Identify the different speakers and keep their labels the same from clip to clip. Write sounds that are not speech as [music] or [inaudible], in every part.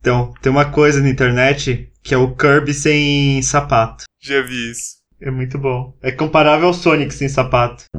Speaker 1: Então, tem uma coisa na internet que é o Kirby sem sapato.
Speaker 2: Já vi isso.
Speaker 1: É muito bom. É comparável ao Sonic sem sapato. [laughs]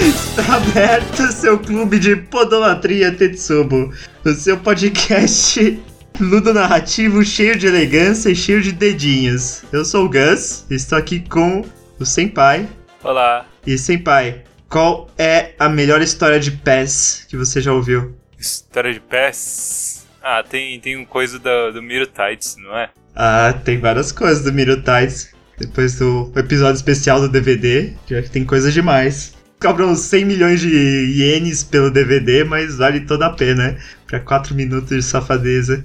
Speaker 1: Está Tá aberto seu clube de podolatria Tetsubo. O seu podcast ludonarrativo cheio de elegância e cheio de dedinhos. Eu sou o Gus, estou aqui com o Senpai.
Speaker 2: Olá.
Speaker 1: E Senpai, qual é a melhor história de PES que você já ouviu?
Speaker 2: História de pés. Ah, tem, tem um coisa do, do Miro Tides, não é?
Speaker 1: Ah, tem várias coisas do Miro Tides. Depois do episódio especial do DVD, já que tem coisa demais. Cobram 100 milhões de ienes pelo DVD, mas vale toda a pena, né? Pra 4 minutos de safadeza.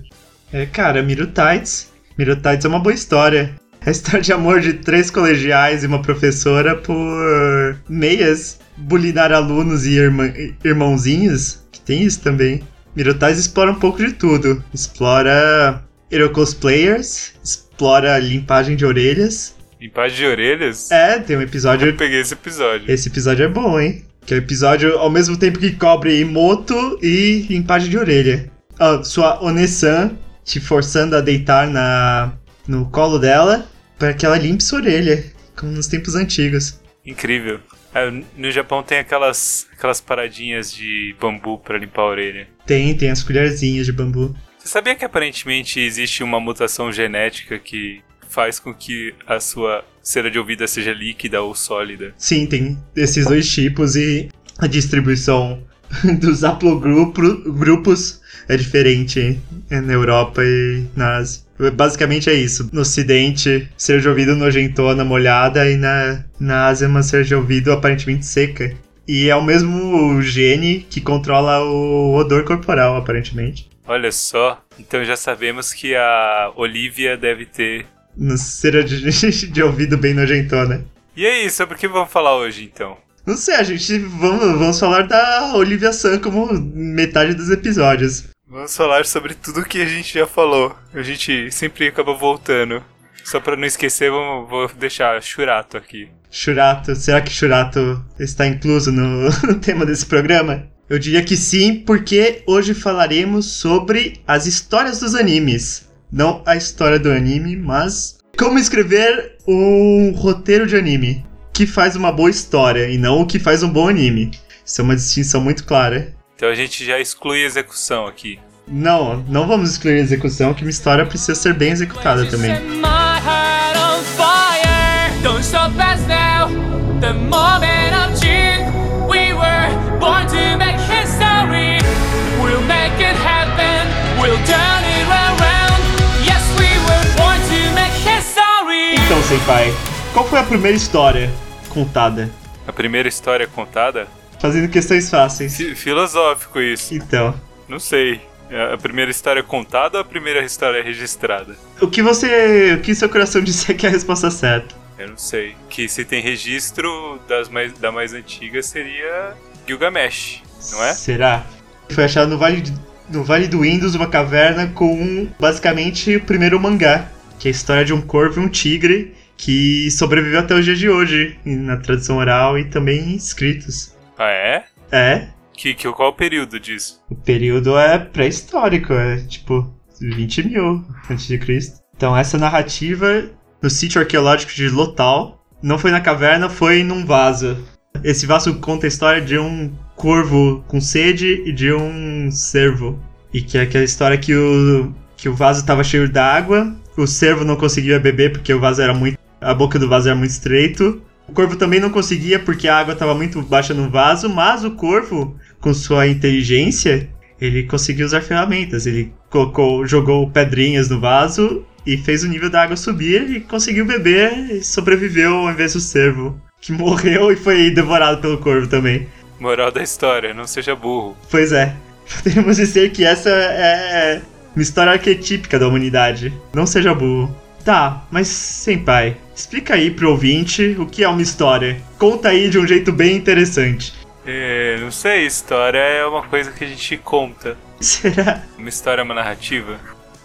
Speaker 1: É, cara, Miro Tides. Miro Tides é uma boa história. É a história de amor de três colegiais e uma professora por meias bulinar alunos e irmã- irmãozinhos, que tem isso também. Miro Tides explora um pouco de tudo. Explora hero cosplayers, explora limpagem de orelhas.
Speaker 2: Limpar de orelhas?
Speaker 1: É, tem um episódio
Speaker 2: Eu peguei esse episódio.
Speaker 1: esse episódio é bom, hein? Que é o episódio ao mesmo tempo que cobre moto e limpagem de orelha. Ah, sua Onesan te forçando a deitar na no colo dela para que ela limpe sua orelha, como nos tempos antigos.
Speaker 2: Incrível. É, no Japão tem aquelas, aquelas paradinhas de bambu pra limpar a orelha.
Speaker 1: Tem, tem as colherzinhas de bambu.
Speaker 2: Você sabia que aparentemente existe uma mutação genética que faz com que a sua cera de ouvido seja líquida ou sólida?
Speaker 1: Sim, tem esses dois tipos e a distribuição [laughs] dos haplogrupos grupos é diferente é na Europa e na Ásia. Basicamente é isso. No Ocidente, ser de ouvido nojentona, molhada, e na, na Ásia, uma ser de ouvido aparentemente seca. E é o mesmo gene que controla o odor corporal, aparentemente.
Speaker 2: Olha só, então já sabemos que a Olivia deve ter.
Speaker 1: No cera de, [laughs] de ouvido bem nojentona.
Speaker 2: E aí, sobre o que vamos falar hoje então?
Speaker 1: Não sei, a gente vamos, vamos falar da Olivia Sun como metade dos episódios.
Speaker 2: Vamos falar sobre tudo que a gente já falou. A gente sempre acaba voltando. Só pra não esquecer, vamos, vou deixar Churato aqui.
Speaker 1: Churato, será que Churato está incluso no, [laughs] no tema desse programa? Eu diria que sim, porque hoje falaremos sobre as histórias dos animes. Não a história do anime, mas como escrever um roteiro de anime que faz uma boa história e não o que faz um bom anime. Isso é uma distinção muito clara.
Speaker 2: Então a gente já exclui a execução aqui.
Speaker 1: Não, não vamos excluir a execução, que uma história precisa ser bem executada também.
Speaker 3: Set my heart on fire. Don't stop us now. The moment of truth. We were born to make history. We'll make it happen. We'll turn it around. Yes, we were born to make history.
Speaker 1: Então, Senpai, qual foi a primeira história contada?
Speaker 2: A primeira história é contada?
Speaker 1: Fazendo questões fáceis.
Speaker 2: Fi- Filosófico isso.
Speaker 1: Então,
Speaker 2: Não sei. É A primeira história contada ou a primeira história é registrada?
Speaker 1: o que você. O que seu coração [laughs] disser que é a resposta certa?
Speaker 2: Eu não sei. Que se tem registro das mais, da mais antiga seria Gilgamesh, não é?
Speaker 1: Será? Foi achado no Vale, de- no vale do Indus uma caverna com um, basicamente o primeiro mangá, que é a história de um corvo e um tigre que sobreviveu até o dia de hoje, na tradição oral e também em escritos.
Speaker 2: Ah, é?
Speaker 1: É,
Speaker 2: Que, que, qual o período disso?
Speaker 1: O período é pré-histórico, é tipo 20 mil antes de Cristo. Então essa narrativa no sítio arqueológico de Lotal não foi na caverna, foi num vaso. Esse vaso conta a história de um corvo com sede e de um cervo. E que é aquela história que o, que o vaso estava cheio d'água, o cervo não conseguia beber porque o vaso era muito. a boca do vaso era muito estreito. O corvo também não conseguia porque a água estava muito baixa no vaso, mas o corvo com sua inteligência, ele conseguiu usar ferramentas. Ele colocou, jogou pedrinhas no vaso e fez o nível da água subir e conseguiu beber e sobreviveu ao invés do cervo, que [laughs] morreu e foi devorado pelo corvo também.
Speaker 2: Moral da história, não seja burro.
Speaker 1: Pois é, [laughs] podemos dizer que essa é uma história arquetípica da humanidade. Não seja burro. Tá, mas senpai, explica aí pro ouvinte o que é uma história. Conta aí de um jeito bem interessante. [laughs]
Speaker 2: É, não sei, história é uma coisa que a gente conta.
Speaker 1: Será?
Speaker 2: Uma história é uma narrativa.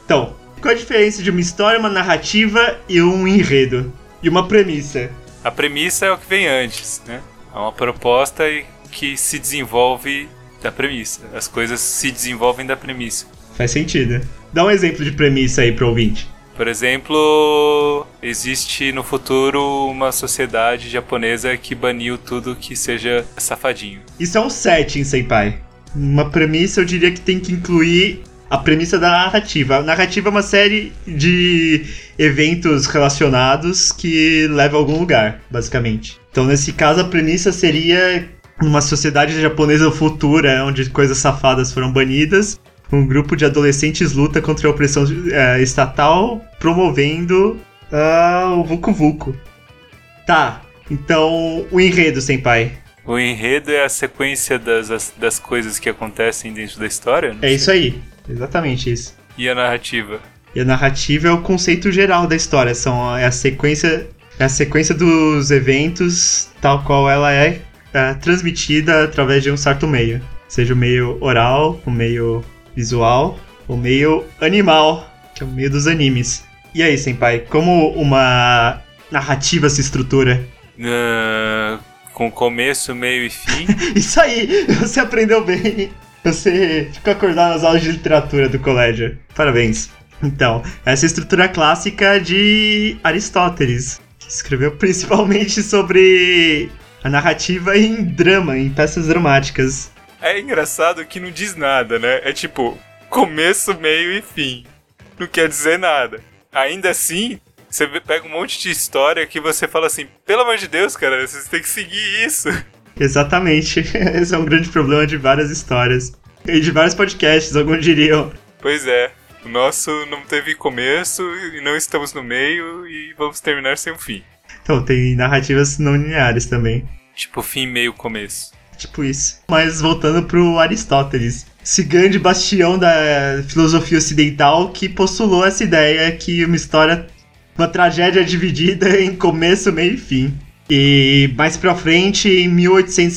Speaker 1: Então, qual a diferença de uma história, uma narrativa e um enredo? E uma premissa?
Speaker 2: A premissa é o que vem antes, né? É uma proposta e- que se desenvolve da premissa. As coisas se desenvolvem da premissa.
Speaker 1: Faz sentido. Dá um exemplo de premissa aí pro ouvinte.
Speaker 2: Por exemplo, existe no futuro uma sociedade japonesa que baniu tudo que seja safadinho.
Speaker 1: Isso é um setting, Senpai. Uma premissa eu diria que tem que incluir a premissa da narrativa. A narrativa é uma série de eventos relacionados que leva a algum lugar, basicamente. Então, nesse caso, a premissa seria uma sociedade japonesa futura, onde coisas safadas foram banidas. Um grupo de adolescentes luta contra a opressão eh, estatal, promovendo ah, o Vucu Vucu. Tá, então o enredo, Senpai.
Speaker 2: O enredo é a sequência das, das, das coisas que acontecem dentro da história? não
Speaker 1: É
Speaker 2: sei.
Speaker 1: isso aí, exatamente isso.
Speaker 2: E a narrativa?
Speaker 1: E a narrativa é o conceito geral da história, são, é a sequência é a sequência dos eventos tal qual ela é, é, transmitida através de um certo meio, seja o meio oral, o meio visual, o meio animal, que é o meio dos animes. E aí, senpai, como uma narrativa se estrutura?
Speaker 2: Ah, com começo, meio e fim?
Speaker 1: Isso aí, você aprendeu bem. Você ficou acordado nas aulas de literatura do colégio. Parabéns. Então, essa é a estrutura clássica de Aristóteles, que escreveu principalmente sobre a narrativa em drama, em peças dramáticas.
Speaker 2: É engraçado que não diz nada, né? É tipo, começo, meio e fim. Não quer dizer nada. Ainda assim, você vê- pega um monte de história que você fala assim, pelo amor de Deus, cara, vocês têm que seguir isso. [laughs]
Speaker 1: Exatamente. [laughs] Esse é um grande problema de várias histórias. E de vários podcasts, alguns diriam.
Speaker 2: Pois é, o nosso não teve começo e não estamos no meio e vamos terminar sem um fim.
Speaker 1: Então, tem narrativas não lineares também.
Speaker 2: Tipo, fim, meio, começo.
Speaker 1: Tipo isso. Mas voltando pro Aristóteles, esse grande bastião da filosofia ocidental que postulou essa ideia que uma história, uma tragédia é dividida [laughs] em começo, meio e fim. E mais pra frente, em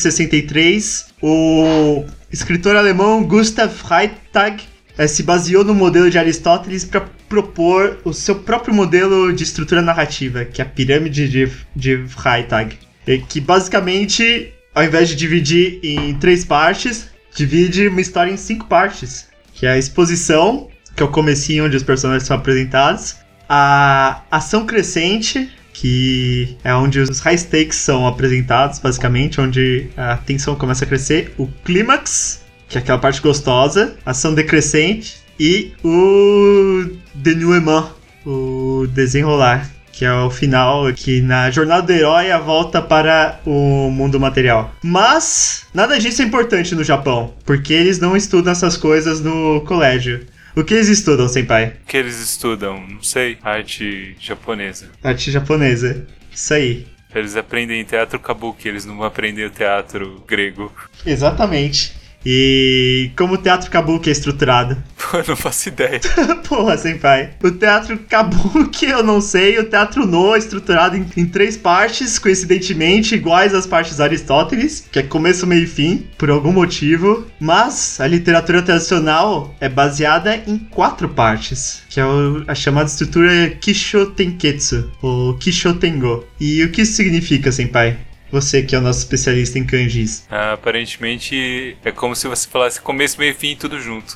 Speaker 1: 1863, o escritor alemão Gustav Freitag eh, se baseou no modelo de Aristóteles para propor o seu próprio modelo de estrutura narrativa, que é a pirâmide de, de Freitag. E que basicamente, ao invés de dividir em três partes, divide uma história em cinco partes. Que é a exposição, que é o comecinho onde os personagens são apresentados. A ação crescente, que é onde os high stakes são apresentados, basicamente, onde a tensão começa a crescer. O clímax, que é aquela parte gostosa. Ação decrescente. E o denouement, o desenrolar, que é o final, que na jornada do herói é a volta para o mundo material. Mas nada disso é importante no Japão, porque eles não estudam essas coisas no colégio. O que eles estudam, senpai?
Speaker 2: O que eles estudam? Não sei. Arte japonesa.
Speaker 1: Arte japonesa. Isso aí.
Speaker 2: Eles aprendem teatro kabuki, eles não aprendem o teatro grego. [laughs]
Speaker 1: Exatamente. E como o teatro kabuki é estruturado? [laughs]
Speaker 2: Pô, eu não faço ideia.
Speaker 1: Porra, senpai. O teatro Kabuki, eu não sei. O teatro No é estruturado em, em três partes, coincidentemente iguais às partes de Aristóteles, que é começo, meio e fim, por algum motivo. Mas a literatura tradicional é baseada em quatro partes, que é o- a chamada estrutura Kisho Tenketsu, ou Kisho Tengo. E o que isso significa, senpai? Você que é o nosso especialista em kanjis.
Speaker 2: Ah, aparentemente é como se você falasse começo, meio e fim tudo junto.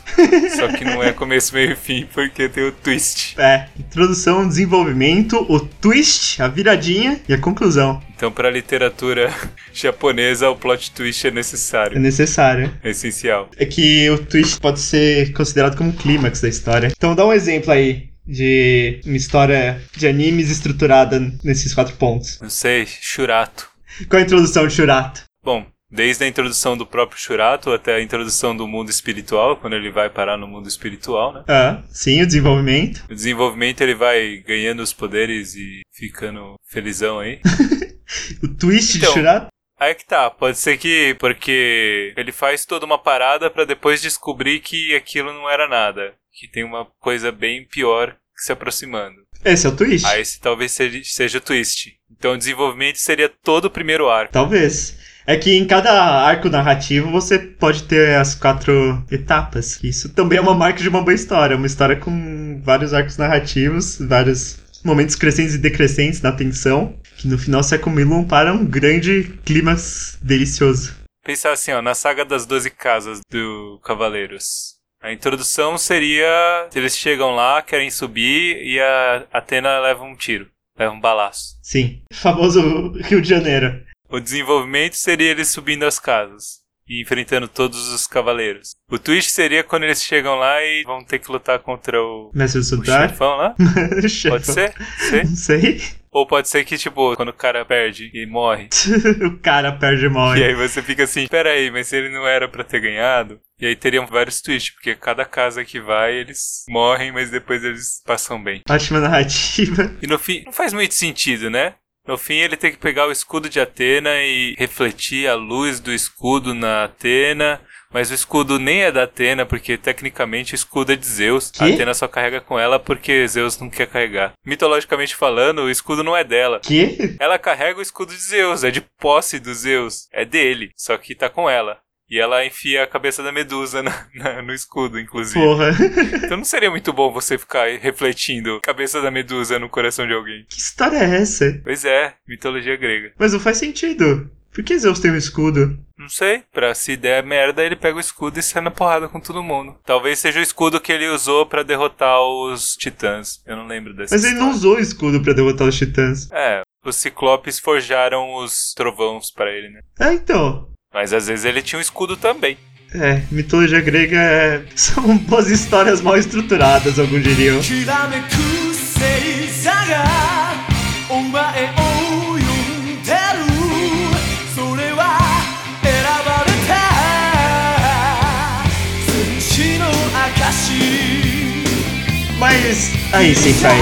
Speaker 2: Só que não é começo, meio e fim porque tem o twist.
Speaker 1: É, introdução, desenvolvimento, o twist, a viradinha e a conclusão.
Speaker 2: Então, pra literatura [laughs] japonesa, o plot twist é
Speaker 1: É
Speaker 2: necessário,
Speaker 1: necessário.
Speaker 2: é essencial.
Speaker 1: é que o twist pode ser considerado como o clímax da história. Então dá um exemplo aí de uma história de animes estruturada nesses quatro pontos.
Speaker 2: Não sei, Shurato.
Speaker 1: Com a introdução de Shurato.
Speaker 2: Bom, desde a introdução do próprio Shurato até a introdução do mundo espiritual, quando ele vai parar no mundo espiritual, né?
Speaker 1: Ah, sim, o desenvolvimento.
Speaker 2: O desenvolvimento ele vai ganhando os poderes e ficando felizão aí.
Speaker 1: O twist
Speaker 2: Então.
Speaker 1: de Shurato.
Speaker 2: Aí que tá, pode ser que porque ele faz toda uma parada pra depois descobrir que aquilo não era nada, que tem uma coisa bem pior se aproximando.
Speaker 1: Esse é o twist.
Speaker 2: Aí esse talvez seja, seja o twist. Então o desenvolvimento seria todo o primeiro arco.
Speaker 1: Talvez. É que em cada arco narrativo você pode ter as quatro etapas. Isso também é uma marca de uma boa história. Uma história com vários arcos narrativos, vários momentos crescentes e decrescentes na tensão, que no final se acumulam para um grande clímax delicioso.
Speaker 2: Pensar assim, ó, na saga das 12 casas do Cavaleiros. A introdução seria. Eles chegam lá, querem subir e a Atena leva um tiro, leva um balaço.
Speaker 1: Sim, famoso Rio de Janeiro.
Speaker 2: O desenvolvimento seria eles subindo as casas e enfrentando todos os cavaleiros. O twist seria quando eles chegam lá e vão ter que lutar contra o,
Speaker 1: Mestre do
Speaker 2: o
Speaker 1: Soldar?
Speaker 2: chefão lá.
Speaker 1: [laughs]
Speaker 2: Pode ser? Ser?
Speaker 1: Não sei.
Speaker 2: Ou pode ser que, tipo, quando o cara perde e morre.
Speaker 1: o cara perde mal.
Speaker 2: E aí você fica assim, peraí, mas ele não era pra ter ganhado? E aí teriam vários twists, porque cada casa que vai, eles morrem, mas depois eles passam bem.
Speaker 1: Ótima narrativa.
Speaker 2: E no fim, não faz muito sentido, né? No fim, ele tem que pegar o escudo de Atena e refletir a luz do escudo na Atena. Mas o escudo nem é da Atena, porque tecnicamente o escudo é de Zeus. A
Speaker 1: Quê?
Speaker 2: Atena só carrega com ela porque Zeus não quer carregar. Mitologicamente falando, o escudo não é dela.
Speaker 1: Que?
Speaker 2: Ela carrega o escudo de Zeus, é de posse do Zeus, é dele, só que tá com ela. E ela enfia a cabeça da medusa na- na- no escudo, inclusive.
Speaker 1: Porra.
Speaker 2: Então não seria muito bom você ficar refletindo cabeça da medusa no coração de alguém.
Speaker 1: que história é essa?
Speaker 2: Pois é, mitologia grega.
Speaker 1: Mas não faz sentido. Por que Zeus tem um escudo?
Speaker 2: Não sei, pra se der merda, ele pega o escudo e sai na porrada com todo mundo. Talvez seja o escudo que ele usou pra derrotar os titãs. Eu não lembro dessa
Speaker 1: Mas ele não
Speaker 2: história.
Speaker 1: usou o escudo pra derrotar os titãs.
Speaker 2: É, os ciclopes forjaram os trovões pra ele, né?
Speaker 1: Ah, então.
Speaker 2: Mas às vezes ele tinha um escudo também.
Speaker 1: É, mitologia grega é... [laughs] são boas histórias mal estruturadas, algum diriam.
Speaker 3: きらめく星座がお前を呼んでるそれは選ばれた戦士の証
Speaker 1: Mas aí, Senpai,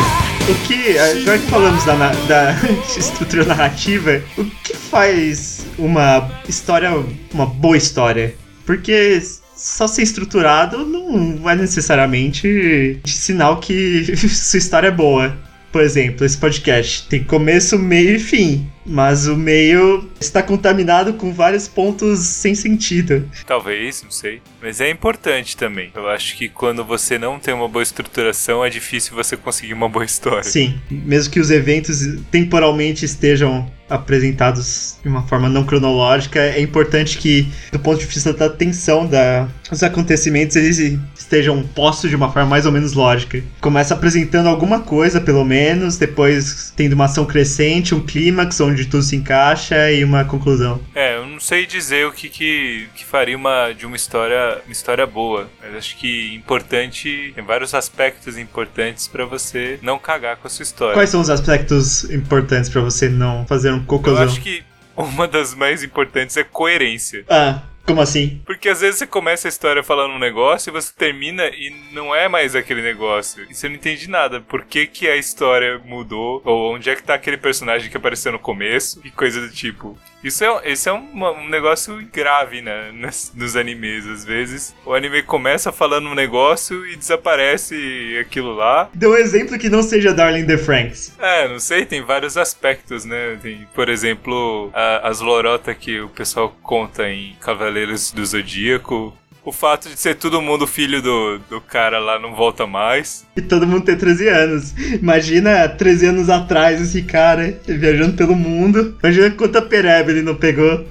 Speaker 1: o que. Agora que falamos da, na- da [laughs] estrutura narrativa, o que faz uma história uma boa história? Porque só ser estruturado não é necessariamente sinal que [laughs] sua história é boa. Por exemplo, esse podcast tem começo, meio e fim, mas o meio está contaminado com vários pontos sem sentido.
Speaker 2: Talvez, não sei. Mas é importante também. Eu acho que quando você não tem uma boa estruturação, é difícil você conseguir uma boa história.
Speaker 1: Sim, mesmo que os eventos temporalmente estejam apresentados de uma forma não cronológica, é importante que, do ponto de vista da tensão da, dos acontecimentos, eles estejam postos de uma forma mais ou menos lógica. Começa apresentando alguma coisa, pelo menos, depois tendo uma ação crescente, um clímax onde tudo se encaixa e uma conclusão.
Speaker 2: É, eu não sei dizer o que, que, que faria uma, de uma história, uma história boa. Mas acho que importante, tem vários aspectos importantes pra você não cagar com a sua história.
Speaker 1: Quais são os aspectos importantes para você não fazer um
Speaker 2: É. eu
Speaker 1: cocôzão?
Speaker 2: acho que uma das mais importantes é coerência.
Speaker 1: Ah, como assim?
Speaker 2: Porque às vezes você começa a história falando um negócio e você termina e não é mais aquele negócio. E você não entende nada. Por que, que a história mudou? Ou onde é que tá aquele personagem que apareceu no começo? E coisa do tipo. Isso é, um- esse é um, um negócio grave né, [laughs] nas- nos animes, às vezes. O anime começa falando um negócio e desaparece aquilo lá.
Speaker 1: Dê um exemplo que não seja Darling in the Franks.
Speaker 2: É, não sei, tem vários aspectos, né? Tem, por exemplo, a- as lorotas que o pessoal conta em Cavaleiros do Zodíaco. O fato de ser todo mundo filho do, do cara lá não volta mais. [laughs]
Speaker 1: E todo mundo ter 13 anos. Imagina 13 anos atrás esse cara viajando pelo mundo. Imagina quanta pereba ele não pegou.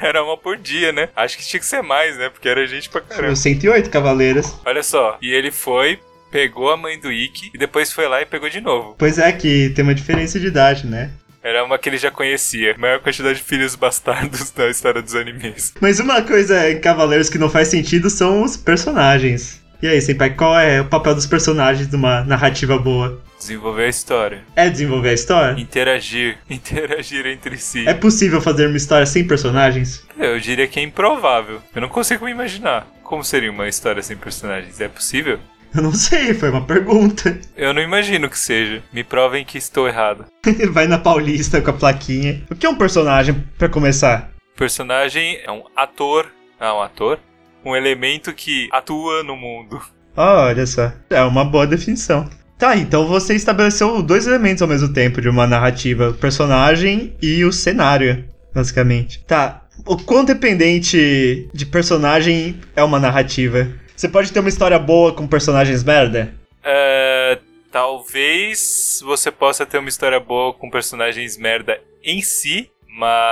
Speaker 2: Era uma por dia, né? Acho que tinha que ser mais, né? Porque era gente pra
Speaker 1: Foram
Speaker 2: caramba.
Speaker 1: 108 cavaleiras.
Speaker 2: Olha só, e ele foi, pegou a mãe do Ikki e depois foi lá e pegou de novo.
Speaker 1: Pois é, que tem uma diferença de idade, né?
Speaker 2: Era uma que ele já conhecia. Maior quantidade de filhos bastardos [laughs] da história dos animes.
Speaker 1: Mas uma coisa em Cavaleiros que não faz sentido são os personagens. E aí, Senpai, qual é o papel dos personagens numa narrativa boa?
Speaker 2: Desenvolver a história.
Speaker 1: É desenvolver a história?
Speaker 2: Interagir. [laughs] Interagir entre si.
Speaker 1: É possível fazer uma história sem personagens?
Speaker 2: Eu diria que é improvável. Eu não consigo me imaginar como seria uma história sem personagens. É possível?
Speaker 1: Eu não sei, foi uma pergunta. [laughs]
Speaker 2: Eu não imagino que seja. Me provem que estou errado.
Speaker 1: Vai na Paulista com a plaquinha. O que é um personagem, pra começar?
Speaker 2: O personagem é um ator. Ah, um ator? Um elemento que atua no mundo.
Speaker 1: Olha só, é uma boa definição. Tá, então você estabeleceu dois elementos ao mesmo tempo de uma narrativa: o personagem e o cenário. basicamente. Tá. O quão dependente de personagem é uma narrativa? Você pode ter uma história boa com personagens merda?
Speaker 2: É, talvez você possa ter uma história boa com personagens merda em si,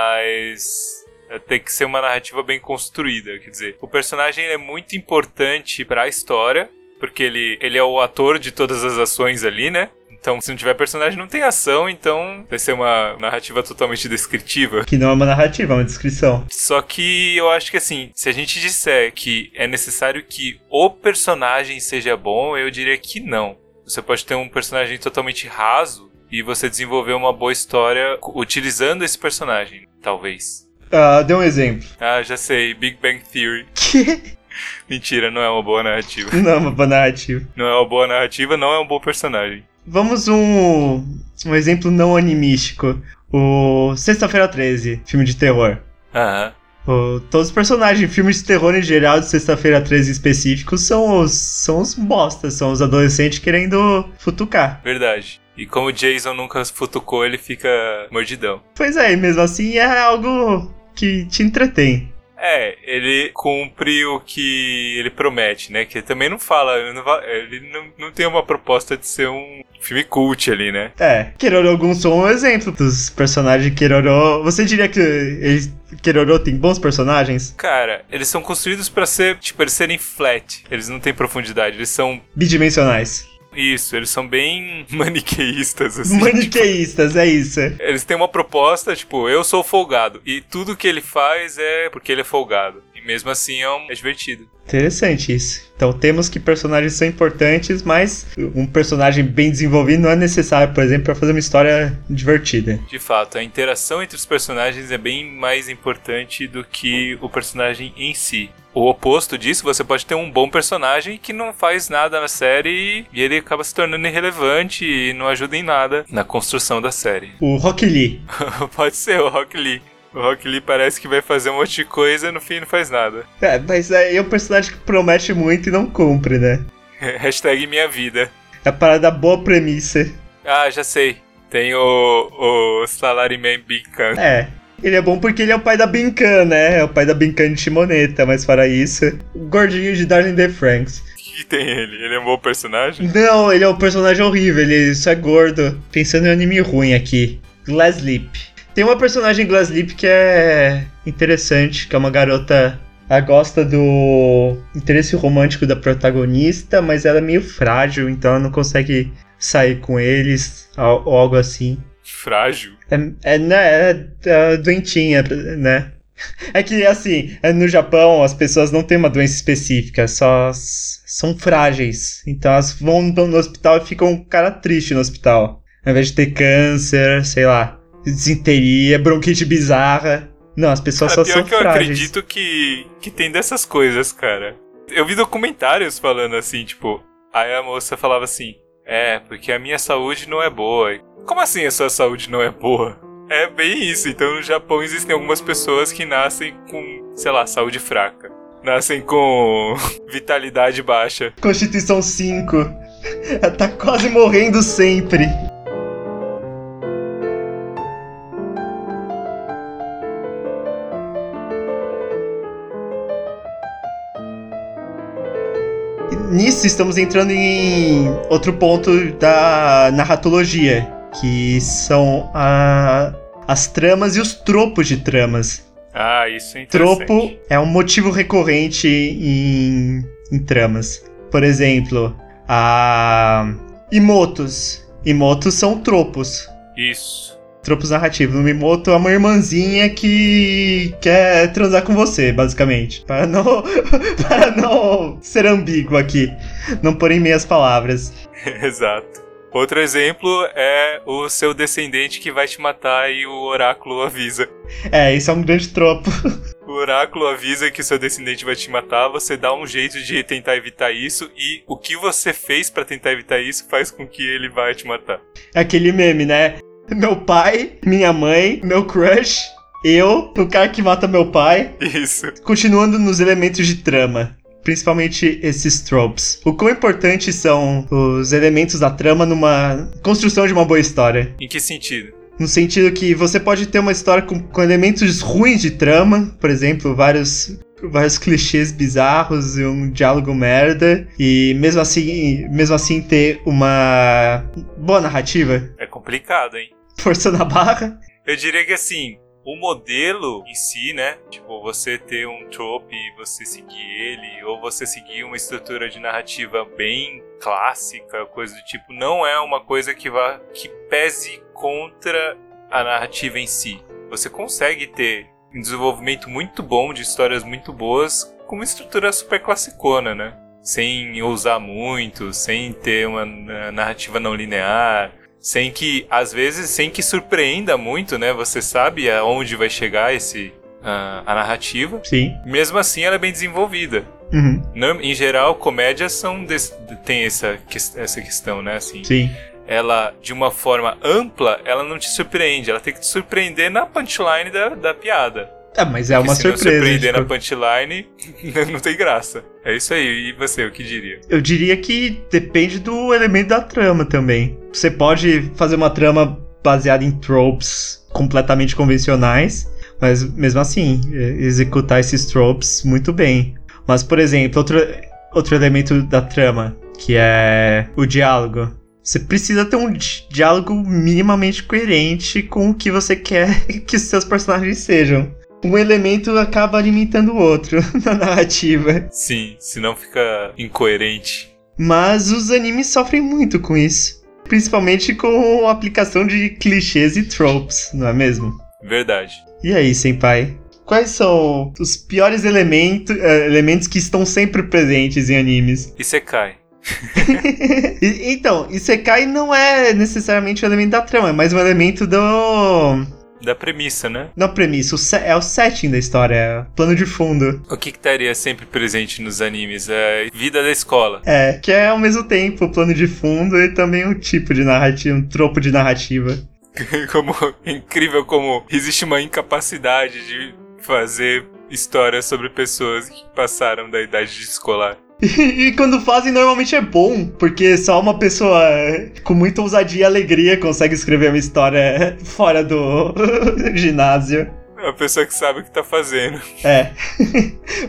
Speaker 2: mas é, tem que ser uma narrativa bem construída. Quer dizer, o personagem ele é muito importante pra história, porque ele, ele é o ator de todas as ações ali, né? Então, se não tiver personagem, não tem ação, então vai ser uma narrativa totalmente descritiva.
Speaker 1: Que não é uma narrativa, é uma descrição.
Speaker 2: Só que eu acho que assim, se a gente disser que é necessário que o personagem seja bom, eu diria que não. Você pode ter um personagem totalmente raso e você desenvolver uma boa história cu- utilizando esse personagem, talvez.
Speaker 1: Ah, dê um exemplo. [laughs]
Speaker 2: Ah, já sei, Big Bang Theory.
Speaker 1: Que?
Speaker 2: Mentira, não é uma boa narrativa.
Speaker 1: Não é uma boa narrativa.
Speaker 2: Não é uma boa narrativa, não é um bom personagem.
Speaker 1: Vamos um, um exemplo não animístico. O Sexta-feira 13, filme de terror.
Speaker 2: Aham.
Speaker 1: O- todos os personagens, filmes de terror em geral, de sexta-feira 13 específicos, são os, são os bostas, são os adolescentes querendo futucar.
Speaker 2: Verdade. E como o Jason nunca futucou, ele fica mordidão.
Speaker 1: Pois é, e mesmo assim é algo que te entretém.
Speaker 2: É, ele cumpre o que ele promete, né? Que ele também não fala, ele não, va- ele não, não tem uma proposta de ser um filme cult ali, né?
Speaker 1: É, Keroro Gunso é um exemplo dos personagens de Keroro. Você diria que eles, Keroro tem bons personagens?
Speaker 2: Cara, eles são construídos pra ser, tipo, eles serem flat. Eles não têm profundidade, eles são
Speaker 1: Bidimensionais.
Speaker 2: isso, eles são bem [laughs] maniqueístas assim.
Speaker 1: Maniqueístas, é isso.
Speaker 2: Eles têm uma proposta, tipo, eu sou folgado e tudo que ele faz é porque ele é folgado. E mesmo assim é, um, é divertido.
Speaker 1: Interessante isso. Então temos que personagens são importantes, mas um personagem bem desenvolvido não é necessário, por exemplo, para fazer uma história divertida.
Speaker 2: De fato, a interação entre os personagens é bem mais importante do que o personagem em si. O oposto disso, você pode ter um bom personagem que não faz nada na série e ele acaba se tornando irrelevante e não ajuda em nada na construção da série. [laughs]
Speaker 1: O Rock Lee.
Speaker 2: pode ser o Rock Lee. O Rock Lee parece que vai fazer um monte de coisa e no fim não faz nada. [laughs]
Speaker 1: É, mas aí é um personagem que promete muito e não cumpre, né?
Speaker 2: Hashtag minha vida.
Speaker 1: É a parada boa premissa.
Speaker 2: Ah, já sei. Tem o, o Salaryman [laughs] Beacon.
Speaker 1: É. Ele é bom porque ele é o pai da Binkan, né? É o pai da Binkan de Chimoneta, mas fora isso, o gordinho de Darling the Franks.
Speaker 2: O que que tem ele? Ele é um bom personagem?
Speaker 1: Não, ele é um personagem horrível, ele só é gordo. Pensando em anime ruim aqui. Glasleep. Tem uma personagem em Glasleep que é interessante, que é uma garota. Ela gosta do interesse romântico da protagonista, mas ela é meio frágil, então ela não consegue sair com eles al- ou algo assim.
Speaker 2: Frágil.
Speaker 1: É, é, né, é, é doentinha, né? É que, assim, é, no Japão as pessoas não têm uma doença específica, só s- são frágeis. Então elas vão no no hospital e ficam um cara triste no hospital. Ao invés de ter câncer, sei lá, desinteria, bronquite bizarra. Não, as pessoas
Speaker 2: Cara,
Speaker 1: só
Speaker 2: Ah, pior
Speaker 1: são
Speaker 2: que eu
Speaker 1: frágeis.
Speaker 2: acredito que, que tem dessas coisas, cara. Eu vi documentários falando assim, tipo, aí a moça falava assim, é, porque a minha saúde não é boa. Como assim a sua saúde não é boa? É bem isso, então no Japão existem algumas pessoas que nascem com, sei lá, saúde fraca. Nascem com [laughs] vitalidade baixa.
Speaker 1: Constituição 5. Ela tá quase morrendo sempre. E Nisso estamos entrando em outro ponto da narratologia, que são a- as tramas e os tropos de tramas.
Speaker 2: Ah, isso é interessante.
Speaker 1: Tropo é um motivo recorrente em, em tramas. Por exemplo, a. Imotos. Imotos são tropos.
Speaker 2: Isso. [laughs]
Speaker 1: Tropos narrativos. No Imoto é uma irmãzinha que quer transar com você, basicamente. Para não, [laughs] para não ser ambíguo aqui. Não pôr em meias palavras.
Speaker 2: Exato. Outro exemplo é o seu descendente que vai te matar e o oráculo avisa.
Speaker 1: É, isso é um grande tropo.
Speaker 2: O oráculo avisa que seu descendente vai te matar, você dá um jeito de tentar evitar isso e o que você fez pra tentar evitar isso faz com que ele vai te matar. [laughs]
Speaker 1: É aquele meme, né? Meu pai, minha mãe, meu crush, eu, o cara que mata meu pai.
Speaker 2: Isso.
Speaker 1: Continuando nos elementos de trama, principalmente esses tropes. O quão importantes são os elementos da trama numa construção de uma boa história?
Speaker 2: Em que sentido?
Speaker 1: No sentido que você pode ter uma história com, com elementos ruins de trama, por exemplo, vários, vários clichês bizarros e um diálogo merda, e mesmo assim, mesmo assim ter uma boa narrativa, [laughs]
Speaker 2: É complicado, hein?
Speaker 1: forçando a barra.
Speaker 2: Eu diria que assim, o modelo em si, né? Tipo, você ter um trope e você seguir ele, ou você seguir uma estrutura de narrativa bem clássica, coisa do tipo, não é uma coisa que vá que pese contra a narrativa em si. Você consegue ter um desenvolvimento muito bom de histórias muito boas com uma estrutura super classicona, né? Sem ousar muito, sem ter uma eh, narrativa não linear, sem que às vezes sem que surpreenda muito, né? Você sabe aonde vai chegar esse ah, a narrativa.
Speaker 1: Sim.
Speaker 2: Mesmo assim, ela é bem desenvolvida.
Speaker 1: Uhum.
Speaker 2: Norm- em geral, comédias são des- tem essa ques- essa questão, né? Assim,
Speaker 1: Sim.
Speaker 2: ela de uma forma ampla, ela não te surpreende. Ela tem que te surpreender na punchline da, da piada.
Speaker 1: Ah, mas é
Speaker 2: Porque
Speaker 1: uma
Speaker 2: se não
Speaker 1: surpresa.
Speaker 2: surpreender
Speaker 1: tipo,
Speaker 2: na punchline, [laughs] não tem graça. É isso aí. E você, o que diria?
Speaker 1: Eu diria que depende do elemento da trama também. Você pode fazer uma trama baseada em tropes completamente convencionais, mas mesmo assim, é, executar esses tropes muito bem. Mas, por exemplo, outro, outro elemento da trama, que é o diálogo. Você precisa ter um di- diálogo minimamente coerente com o que você quer [laughs] que seus personagens sejam. Um elemento acaba alimentando o outro [laughs] na narrativa.
Speaker 2: Sim, senão fica incoerente.
Speaker 1: Mas os animes sofrem muito com isso. Principalmente com a aplicação de clichês e tropes, não é mesmo?
Speaker 2: Verdade.
Speaker 1: E aí, senpai? Quais são os piores elemento, eh, elementos que estão sempre presentes em animes? [laughs]
Speaker 2: E você cai.
Speaker 1: E- então, Isekai não é necessariamente um elemento da trama, é mais um elemento do.
Speaker 2: Da premissa, né?
Speaker 1: da premissa, o se- é o setting da história, é o plano de fundo.
Speaker 2: O que que estaria sempre presente nos animes? É vida da escola.
Speaker 1: É, que é ao mesmo tempo o plano de fundo e também um tipo de narrativa, um tropo de narrativa.
Speaker 2: [laughs] como incrível como existe uma incapacidade de fazer histórias sobre pessoas que passaram da idade de escolar.
Speaker 1: E quando fazem, normalmente é bom, porque só uma pessoa é, com muita ousadia e alegria consegue escrever uma história [laughs] fora do ginásio.
Speaker 2: É A pessoa que sabe o que tá fazendo. [laughs]
Speaker 1: É.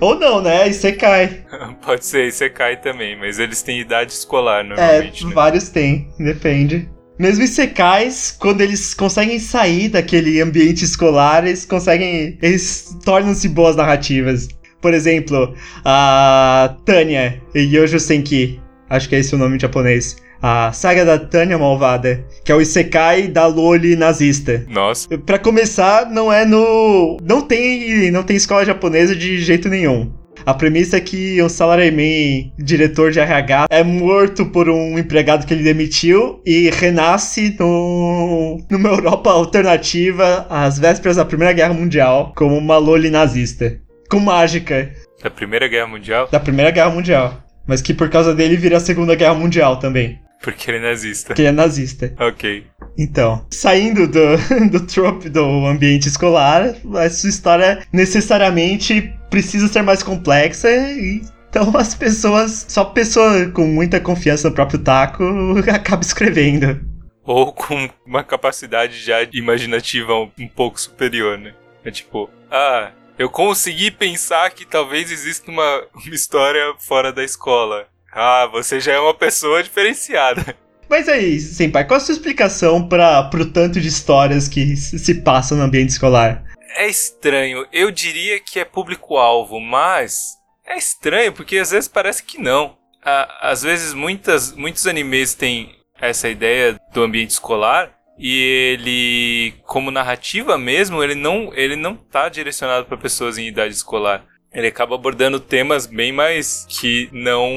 Speaker 1: Ou não, né? E você cai.
Speaker 2: Pode ser, você cai também, mas eles têm idade escolar
Speaker 1: É,
Speaker 2: normalmente. né?
Speaker 1: vários têm, depende. Mesmo em secais, quando eles conseguem sair daquele ambiente escolar, eles conseguem. Eles tornam-se boas narrativas. Por exemplo, a Tânia e Yojo Senki. Acho que é esse o nome em japonês. A saga da Tânia Malvada, que é o Isekai da Loli nazista.
Speaker 2: Nossa,
Speaker 1: Pra começar, não é no. Não tem, não tem escola japonesa de jeito nenhum. A premissa é que um salaryman, diretor de RH, é morto por um empregado que ele demitiu e renasce no, numa Europa alternativa às vésperas da Primeira Guerra Mundial como uma loli nazista. Com mágica
Speaker 2: da Primeira Guerra Mundial?
Speaker 1: da Primeira Guerra Mundial. Mas que por causa dele vira a Segunda Guerra Mundial também,
Speaker 2: Porque ele é nazista.
Speaker 1: porque ele é nazista.
Speaker 2: Ok.
Speaker 1: Então, saindo do, [laughs] do trope do ambiente escolar, a sua história necessariamente precisa ser mais complexa e. Então as pessoas, só pessoa com muita confiança no próprio taco [laughs] acaba escrevendo.
Speaker 2: Ou [laughs] com uma capacidade já imaginativa um, um pouco superior, né? É tipo, ah, eu consegui pensar que talvez exista uma, [laughs] uma história fora da escola. Ah, você já é uma pessoa diferenciada.
Speaker 1: Mas aí, senpai, qual a sua explicação para pro tanto de histórias que se se passam no ambiente escolar?
Speaker 2: É estranho, eu diria que é público-alvo, mas é estranho porque às vezes parece que não. Ah, às vezes muitas, muitos animes têm essa ideia do ambiente escolar e ele, como narrativa mesmo, ele não, ele não tá direcionado para pessoas em idade escolar. Ele acaba abordando temas bem mais que não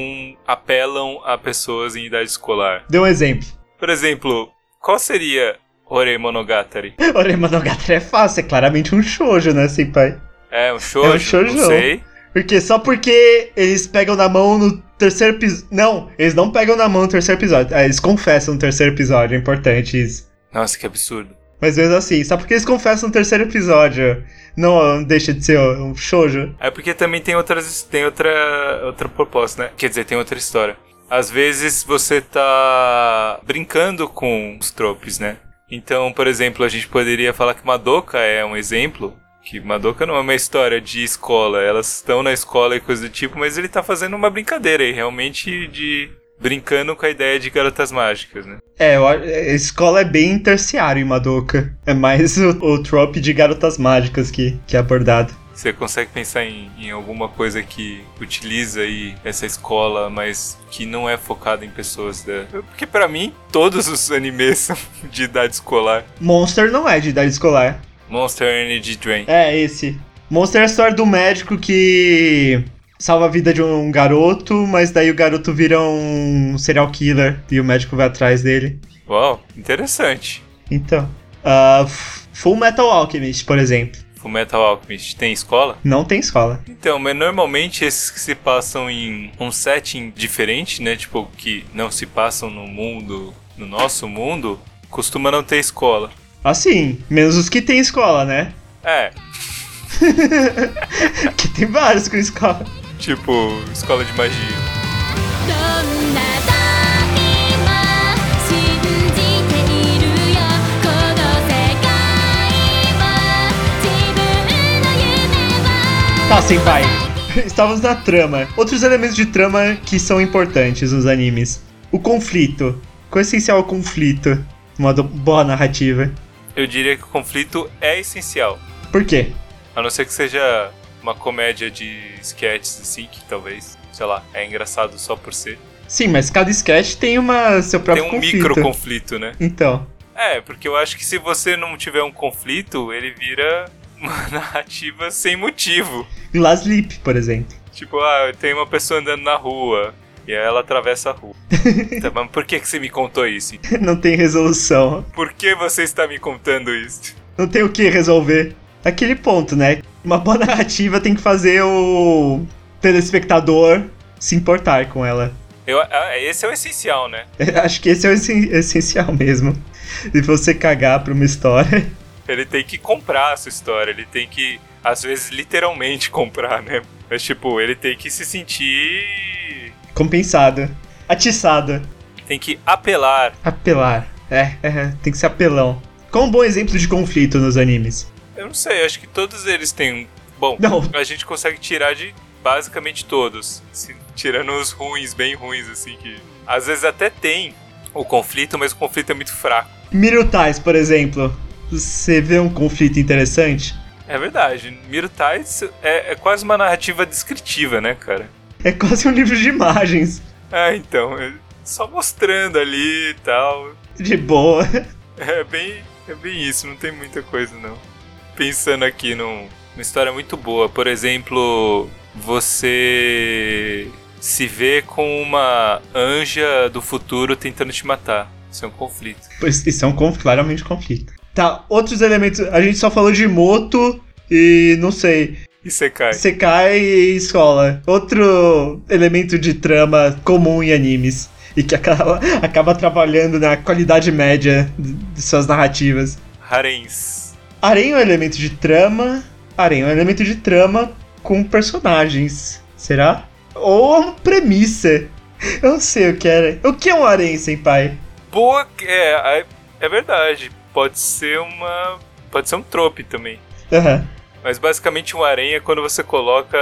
Speaker 2: apelam a pessoas em idade escolar.
Speaker 1: Dê um exemplo. [laughs]
Speaker 2: Por exemplo, qual seria Ore Monogatari?
Speaker 1: Oremanogatari é fácil, é claramente um shoujo, né, senpai?
Speaker 2: É um shoujo?
Speaker 1: shoujo.
Speaker 2: Não sei.
Speaker 1: Porque só porque eles pegam na mão no terceiro episódio. Não, eles não pegam na mão no terceiro episódio. Ah, eles confessam no terceiro episódio, é importante isso.
Speaker 2: Nossa, que absurdo.
Speaker 1: Mas mesmo assim, só porque eles confessam no terceiro episódio, não deixa de ser um shoujo.
Speaker 2: É porque também tem outras tem outra outra proposta, né? Quer dizer, tem outra história. Às vezes você tá brincando com os tropes, né? Então, por exemplo, a gente poderia falar que Madoka é um exemplo. Que Madoka não é uma história de escola. Elas estão na escola e coisa do tipo, mas ele tá fazendo uma brincadeira aí, realmente de. brincando com a ideia de garotas mágicas, né?
Speaker 1: É, eu a- a escola é bem terciário em Madoka. É mais [laughs] o, o trope de garotas mágicas que, que é abordado.
Speaker 2: Você consegue pensar em, em alguma coisa que utiliza aí essa escola, mas que não é focada em pessoas da. Porque pra mim, todos os animes [laughs] são de idade escolar.
Speaker 1: Monster não é de idade escolar.
Speaker 2: Monster Energy Drain.
Speaker 1: É esse. Monster é a história do médico que salva a vida de um garoto, mas daí o garoto vira um serial killer e o médico vai atrás dele.
Speaker 2: Uau, interessante.
Speaker 1: Então. ah, F- Full Metal Alchemist, por exemplo.
Speaker 2: Full Metal Alchemist tem escola?
Speaker 1: Não tem escola.
Speaker 2: Então, mas normalmente esses que se passam em um setting diferente, né? Tipo, que não se passam no mundo, no nosso mundo, costuma não ter escola.
Speaker 1: Assim, menos os que tem escola, né? [laughs]
Speaker 2: É,
Speaker 1: Que tem vários com escola.
Speaker 2: tipo, escola de magia.
Speaker 4: どんな時も信じているよこの世界は自分の夢は
Speaker 1: Tá, sem pai. [laughs] Estávamos na trama. Outros elementos de trama que são importantes nos animes. O conflito. Qual é essencial é o conflito? Uma do- boa narrativa.
Speaker 2: Eu diria que o conflito é essencial.
Speaker 1: Por quê?
Speaker 2: A não ser que seja uma comédia de sketches assim, que talvez, sei lá, é engraçado só por ser.
Speaker 1: Sim, mas cada sketch tem uma seu
Speaker 2: Tem
Speaker 1: próprio
Speaker 2: um
Speaker 1: conflito.
Speaker 2: micro conflito, né?
Speaker 1: Então,
Speaker 2: É, porque eu acho que se você não tiver um conflito, ele vira [laughs] uma narrativa sem motivo.
Speaker 1: Last Leap, por exemplo. [laughs]
Speaker 2: Tipo, ah, tem uma pessoa andando na rua e aí ela atravessa a
Speaker 1: [laughs]
Speaker 2: rua. tá, mas por que, que você me contou isso?
Speaker 1: Não tem resolução.
Speaker 2: Por que você está me contando isso?
Speaker 1: Não tem o que resolver. Aquele ponto, né? Uma boa [laughs] narrativa tem que fazer o telespectador se importar com ela. [laughs]
Speaker 2: Eu, ah, esse é o essencial, né?
Speaker 1: Acho que esse é o essen- essencial mesmo. De você cagar pra uma história. [laughs]
Speaker 2: Ele tem que comprar a sua história, ele tem que, às vezes, literalmente [laughs] comprar, né? Mas, tipo, ele tem que se sentir.
Speaker 1: Compensado. Atiçado.
Speaker 2: tem que apelar.
Speaker 1: Apelar. É, é, tem que ser apelão. Qual um bom exemplo de conflito nos animes?
Speaker 2: Eu não sei, acho que todos eles têm. um. Bom,
Speaker 1: Não.
Speaker 2: a gente consegue tirar de basicamente todos, se- tirando os ruins, bem ruins, assim, que às vezes até tem o conflito, mas o conflito é muito fraco.
Speaker 1: Mirutais, por exemplo. Você vê um conflito interessante?
Speaker 2: É verdade, Miro Tides é, é quase uma narrativa descritiva, né, cara?
Speaker 1: É quase um livro de imagens.
Speaker 2: Ah, então, é só mostrando ali e tal.
Speaker 1: De boa.
Speaker 2: É bem, é bem isso, não tem muita coisa não. Pensando aqui num, numa história muito boa, por exemplo, você se vê com uma anja do futuro tentando te matar. Isso é um conflito.
Speaker 1: [laughs] Pois isso é um conf- claramente conflito. Tá, outros elementos. A gente só falou de moto e não sei.
Speaker 2: E você cai.
Speaker 1: Você cai e escola. Outro elemento de trama comum em animes. E que [laughs] acaba, acaba trabalhando na qualidade média de, de suas narrativas.
Speaker 2: Harems.
Speaker 1: Arém é um elemento de trama. Arém é um elemento de trama com personagens. Será? Ou é uma premissa. [laughs] Eu não sei o que era. O que é um arém, senpai?
Speaker 2: Boa. É, é, é verdade. Pode ser uma. Pode ser um trope também.
Speaker 1: Aham.
Speaker 2: Mas basicamente um harém é quando você coloca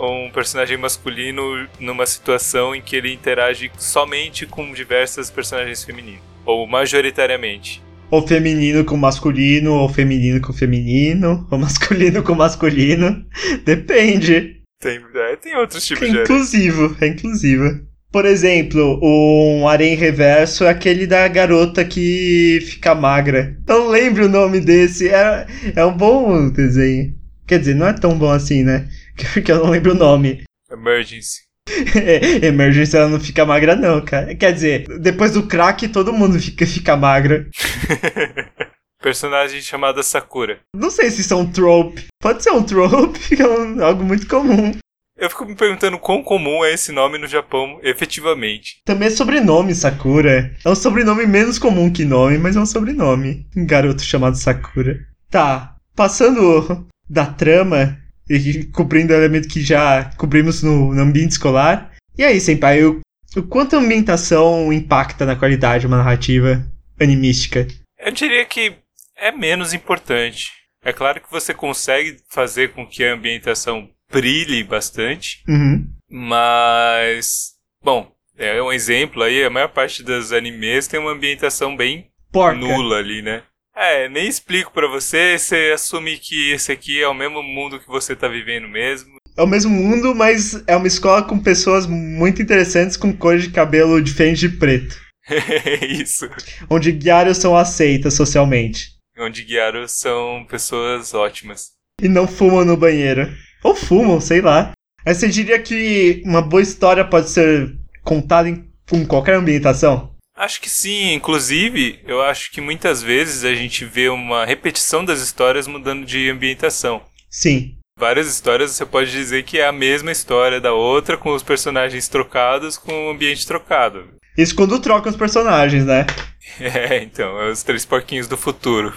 Speaker 2: um personagem masculino numa situação em que ele interage somente com diversas personagens femininas. Ou majoritariamente.
Speaker 1: Ou feminino com masculino, ou feminino com feminino, ou masculino com masculino. [laughs] Depende.
Speaker 2: Tem, é, tem outros tipos
Speaker 1: É
Speaker 2: de harém.
Speaker 1: inclusivo, é inclusivo. Por exemplo, um harém reverso é aquele da garota que fica magra. Eu não lembro o nome desse. É, é um bom desenho. Quer dizer, não é tão bom assim, né? [laughs] Porque eu não lembro o nome. [laughs]
Speaker 2: Emergency. [laughs]
Speaker 1: Emergência ela não fica magra, não, cara. Quer dizer, depois do crack todo mundo fica, fica magra.
Speaker 2: Personagem chamada Sakura.
Speaker 1: Não sei se isso é um trope. Pode ser um trope, [laughs] que é um- algo muito comum.
Speaker 2: Eu fico me perguntando quão comum é esse nome no Japão, efetivamente.
Speaker 1: Também é sobrenome, Sakura. É um sobrenome menos comum que nome, mas é um sobrenome. Um garoto chamado Sakura. Tá, passando da trama e cobrindo o elemento que já cobrimos no, no ambiente escolar. E aí, Senpai, o, o quanto a ambientação impacta na qualidade de uma narrativa animística?
Speaker 2: Eu diria que é menos importante. É claro que você consegue fazer com que a ambientação brilhe bastante,
Speaker 1: Uhum.
Speaker 2: mas. Bom, é um exemplo aí, a maior parte dos animes tem uma ambientação bem
Speaker 1: Porca.
Speaker 2: nula ali, né? É, nem explico pra você, você assume que esse aqui é o mesmo mundo que você tá vivendo mesmo. [laughs]
Speaker 1: É o mesmo mundo, mas é uma escola com pessoas muito interessantes com cores de cabelo diferente de preto.
Speaker 2: É Isso.
Speaker 1: Onde guiários são aceitas socialmente.
Speaker 2: Onde Guiaro são pessoas ótimas.
Speaker 1: E não fumam no banheiro. Ou fumam, sei lá. Aí você diria que uma boa história pode ser contada em, com qualquer ambientação?
Speaker 2: Acho que sim, inclusive, eu acho que muitas vezes a gente vê uma repetição das histórias mudando de ambientação.
Speaker 1: Sim.
Speaker 2: Várias histórias você pode dizer que é a mesma história da outra, com os personagens trocados, com o ambiente trocado. [laughs]
Speaker 1: Isso quando trocam os personagens, né?
Speaker 2: É, então, é os três porquinhos do futuro.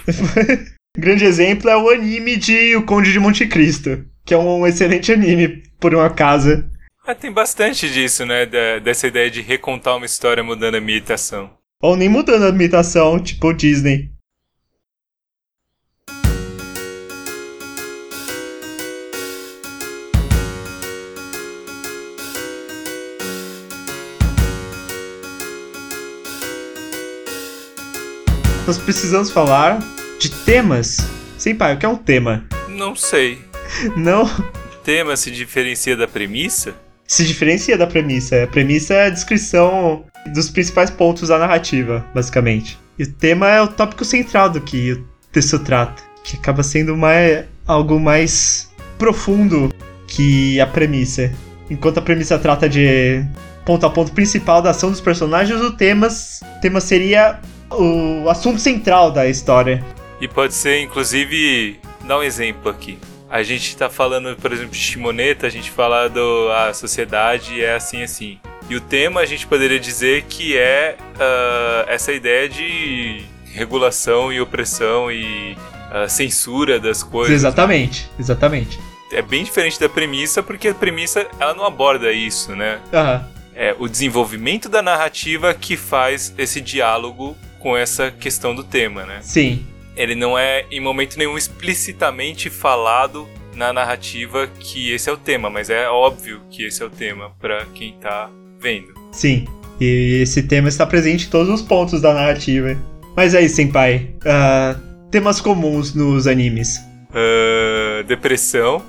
Speaker 1: Grande exemplo é o anime de O Conde de Monte Cristo, que é um excelente anime, por um acaso.
Speaker 2: Ah, tem bastante disso, né? da- dessa ideia de recontar uma história mudando a ambientação.
Speaker 1: Ou nem mudando a imitação, tipo o Disney. Nós precisamos falar de temas. Sim, pai, o que é um tema?
Speaker 2: Não sei.
Speaker 1: Não
Speaker 2: O tema se diferencia da premissa?
Speaker 1: se diferencia da premissa. A premissa é a descrição dos principais pontos da narrativa, basicamente. E o tema é o tópico central do que o texto trata, que acaba sendo mais, algo mais profundo que a premissa. Enquanto a premissa trata de ponto a ponto principal da ação dos personagens, o tema, o tema seria o assunto central da história.
Speaker 2: E pode ser, inclusive, dar um exemplo aqui. A gente tá falando, por exemplo, de Shimoneta, a gente fala do a sociedade é assim assim. E o tema a gente poderia dizer que é ah, essa ideia de regulação e opressão e ah, censura das coisas. né?
Speaker 1: exatamente, exatamente.
Speaker 2: É bem diferente da premissa, porque a premissa ela não aborda isso, né?
Speaker 1: Aham.
Speaker 2: é o desenvolvimento da narrativa que faz esse diálogo com essa questão do tema, né?
Speaker 1: Sim,
Speaker 2: Ele não é em momento nenhum explicitamente falado na narrativa que esse é o tema, mas é óbvio que esse é o tema para quem tá vendo.
Speaker 1: Sim, e esse tema está presente em todos os pontos da narrativa. Mas é isso, Senpai. Ah, temas comuns nos animes. [laughs]
Speaker 2: Ah, depressão,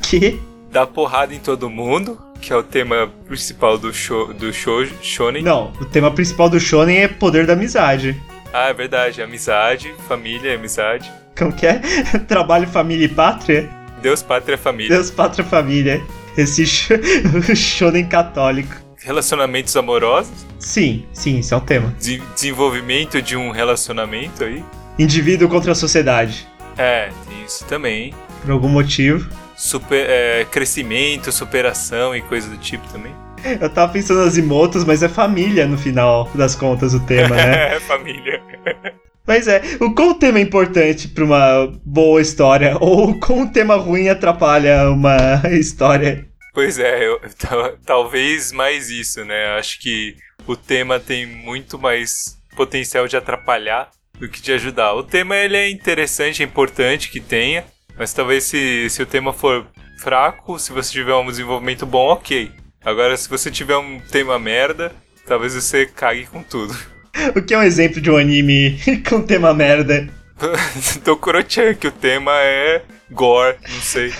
Speaker 1: que?
Speaker 2: dar porrada em todo mundo, que é o tema principal do show do show shonen.
Speaker 1: Não, o tema principal do shonen é poder da amizade.
Speaker 2: Ah, é verdade, amizade, família, é amizade.
Speaker 1: Como que é? [laughs] Trabalho, família e pátria?
Speaker 2: Deus, pátria, família.
Speaker 1: Deus, pátria, família. Esse [laughs] sh- shonen católico.
Speaker 2: Relacionamentos amorosos.
Speaker 1: Sim, sim, isso é um tema.
Speaker 2: de- desenvolvimento de um relacionamento aí.
Speaker 1: Indivíduo contra a sociedade.
Speaker 2: É, tem isso também.
Speaker 1: Por algum motivo.
Speaker 2: Super, é, crescimento, superação e coisa do tipo também.
Speaker 1: Eu tava pensando nas imotos, mas é família no final das contas o tema,
Speaker 2: [laughs]
Speaker 1: né?
Speaker 2: É, família.
Speaker 1: Mas é, o quão o tema é importante pra uma boa história, [laughs] ou o quão um tema ruim atrapalha uma [laughs] história.
Speaker 2: Pois é, eu- tal- talvez mais isso, né? Acho que o tema tem muito mais potencial de atrapalhar do que de ajudar. O tema ele é interessante, é importante que tenha, mas talvez se, se o tema for fraco, se você tiver um desenvolvimento bom, ok. Agora, se você tiver um tema merda, talvez você cague com tudo. [laughs]
Speaker 1: O que é um exemplo de um anime [laughs] com tema merda. [laughs]
Speaker 2: Tokuro-chan, que o tema é gore, não sei.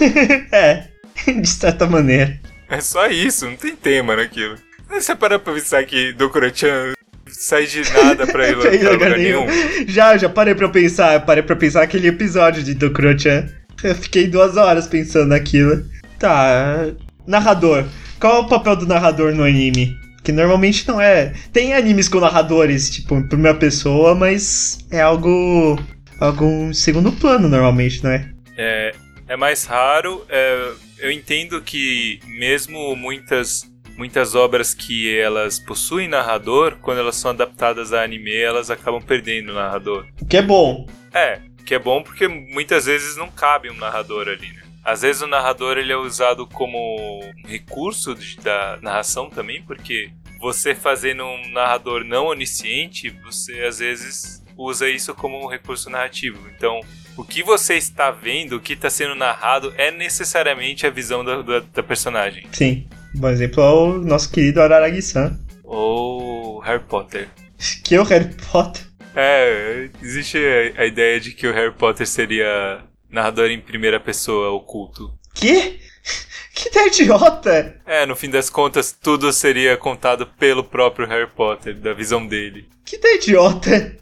Speaker 1: É, de certa maneira.
Speaker 2: É só isso, não tem tema naquilo. Aí Você para pra pensar que Dokuro-chan sai de nada pra [laughs] ir
Speaker 1: Pra ir
Speaker 2: pra lugar nenhum.
Speaker 1: nenhum. Já, já parei pra pensar, eu parei pra pensar aquele episódio de Dokuro-chan. Eu fiquei duas horas pensando naquilo. Tá, narrador. Qual é o papel do narrador no anime? Que normalmente não é. Tem animes com narradores, tipo, em primeira pessoa, mas é algo. algo em segundo plano normalmente, não é?
Speaker 2: É, é mais raro. é, eu entendo que mesmo muitas muitas obras que elas possuem narrador, quando elas são adaptadas a anime, elas acabam perdendo o narrador.
Speaker 1: O que é bom.
Speaker 2: É, que é bom porque muitas vezes não cabe um narrador ali, né? Às vezes o narrador ele é usado como um recurso de- da narração também, porque você fazendo um narrador não onisciente, você às vezes usa isso como um recurso narrativo. Então, o que você está vendo, o que está sendo narrado, é necessariamente a visão da, da- da personagem.
Speaker 1: Sim. Bom exemplo é o nosso querido Araragi-san,
Speaker 2: Ou Harry Potter.
Speaker 1: que é o Harry Potter.
Speaker 2: É, existe a- a ideia de que o Harry Potter seria narrador em primeira pessoa oculto.
Speaker 1: Que? [laughs] Que ideia idiota!
Speaker 2: É, no fim das contas, tudo seria contado pelo próprio Harry Potter, da visão dele.
Speaker 1: Que ideia idiota!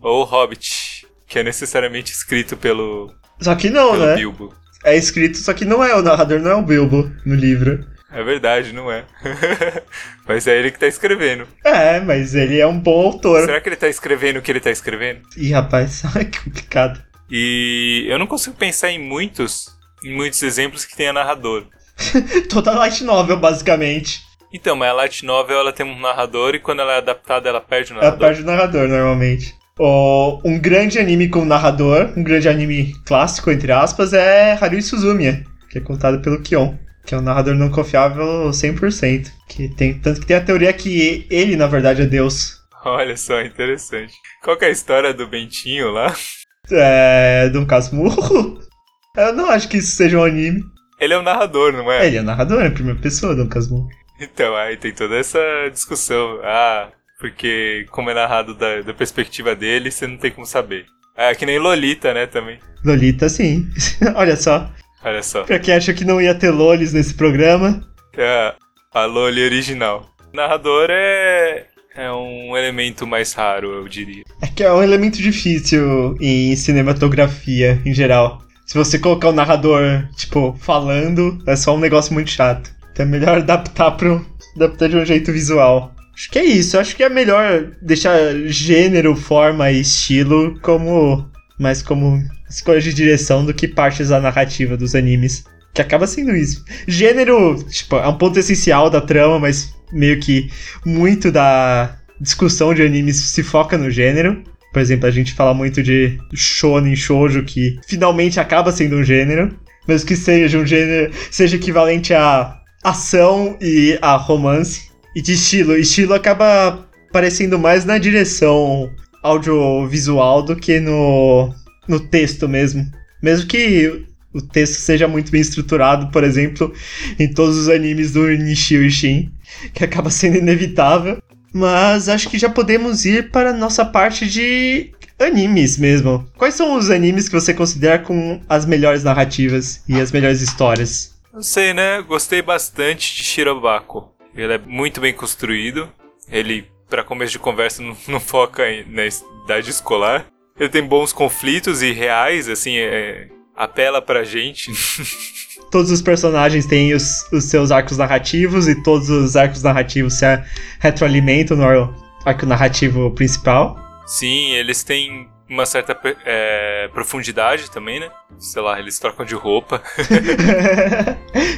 Speaker 2: Ou Hobbit, que é necessariamente escrito pelo,
Speaker 1: Só que não,
Speaker 2: pelo
Speaker 1: né?
Speaker 2: Bilbo.
Speaker 1: É escrito, só que não é o narrador, não é o Bilbo no livro.
Speaker 2: É verdade, não é? [laughs] Mas é ele que tá escrevendo.
Speaker 1: É, mas ele é um bom autor.
Speaker 2: Será que ele tá escrevendo o que ele tá escrevendo?
Speaker 1: Ih, rapaz, [laughs] é complicado.
Speaker 2: E eu não consigo pensar em muitos, em muitos exemplos que tenha narrador.
Speaker 1: Toda light novel, basicamente.
Speaker 2: Então, mas a light novel ela tem um narrador e quando ela é adaptada ela perde o
Speaker 1: Ela
Speaker 2: narrador.
Speaker 1: perde o narrador, normalmente. Ó, um grande anime com narrador, um grande anime clássico, entre aspas, é Haruhi Suzumiya, que é contado pelo Kion, que é um narrador não confiável 100%. Que tem, tanto que tem a teoria que ele, na verdade, é Deus.
Speaker 2: [laughs] Olha só, interessante. Qual que é a história do Bentinho lá? [laughs]
Speaker 1: É. Do Casmurro? [laughs] Eu não acho que isso seja um anime.
Speaker 2: Ele é um narrador, não é?
Speaker 1: Ele é narrador, é a primeira pessoa, Dom Casmurro.
Speaker 2: Então, aí tem toda essa discussão. Ah, porque como é narrado da, da perspectiva dele, você não tem como saber. É que nem Lolita, né, também.
Speaker 1: Lolita, sim. [laughs] Olha só.
Speaker 2: Olha só.
Speaker 1: Pra quem achou que não ia ter Lolis nesse programa,
Speaker 2: É a Loli original. Narrador é, é um elemento mais raro, eu diria.
Speaker 1: é que é um elemento difícil em cinematografia em geral. Se você colocar o narrador, tipo, falando, é só um negócio muito chato. Então é melhor adaptar pro. adaptar de um jeito visual. Acho que é isso. Acho que é melhor deixar gênero, forma e estilo como. mais como escolha de direção do que partes da narrativa dos animes. Que acaba sendo isso. Gênero, tipo, é um ponto essencial da trama, mas meio que muito da discussão de animes se foca no gênero. Por exemplo, a gente fala muito de shonen, shoujo, que finalmente acaba sendo um gênero. Mesmo que seja um gênero, seja equivalente a ação e a romance. E de estilo. Estilo acaba parecendo mais na direção audiovisual do que no, no texto mesmo. Mesmo que o texto seja muito bem estruturado, por exemplo, em todos os animes do Nishio Ishin, que acaba sendo inevitável. Mas acho que já podemos ir para a nossa parte de animes mesmo. Quais são os animes que você considera com as melhores narrativas e as melhores histórias?
Speaker 2: Não sei, né? Gostei bastante de Shirobako. Ele é muito bem construído. Ele, pra começo de conversa, [laughs] não, não foca em- na idade escolar. Ele tem bons conflitos e reais, assim, é, apela pra gente.
Speaker 1: Todos os personagens têm os, os seus arcos narrativos e todos os arcos narrativos se a- retroalimentam no ar- arco narrativo principal. [laughs]
Speaker 2: Sim, eles têm uma certa pe- é, profundidade também, né? Sei lá, eles trocam de roupa.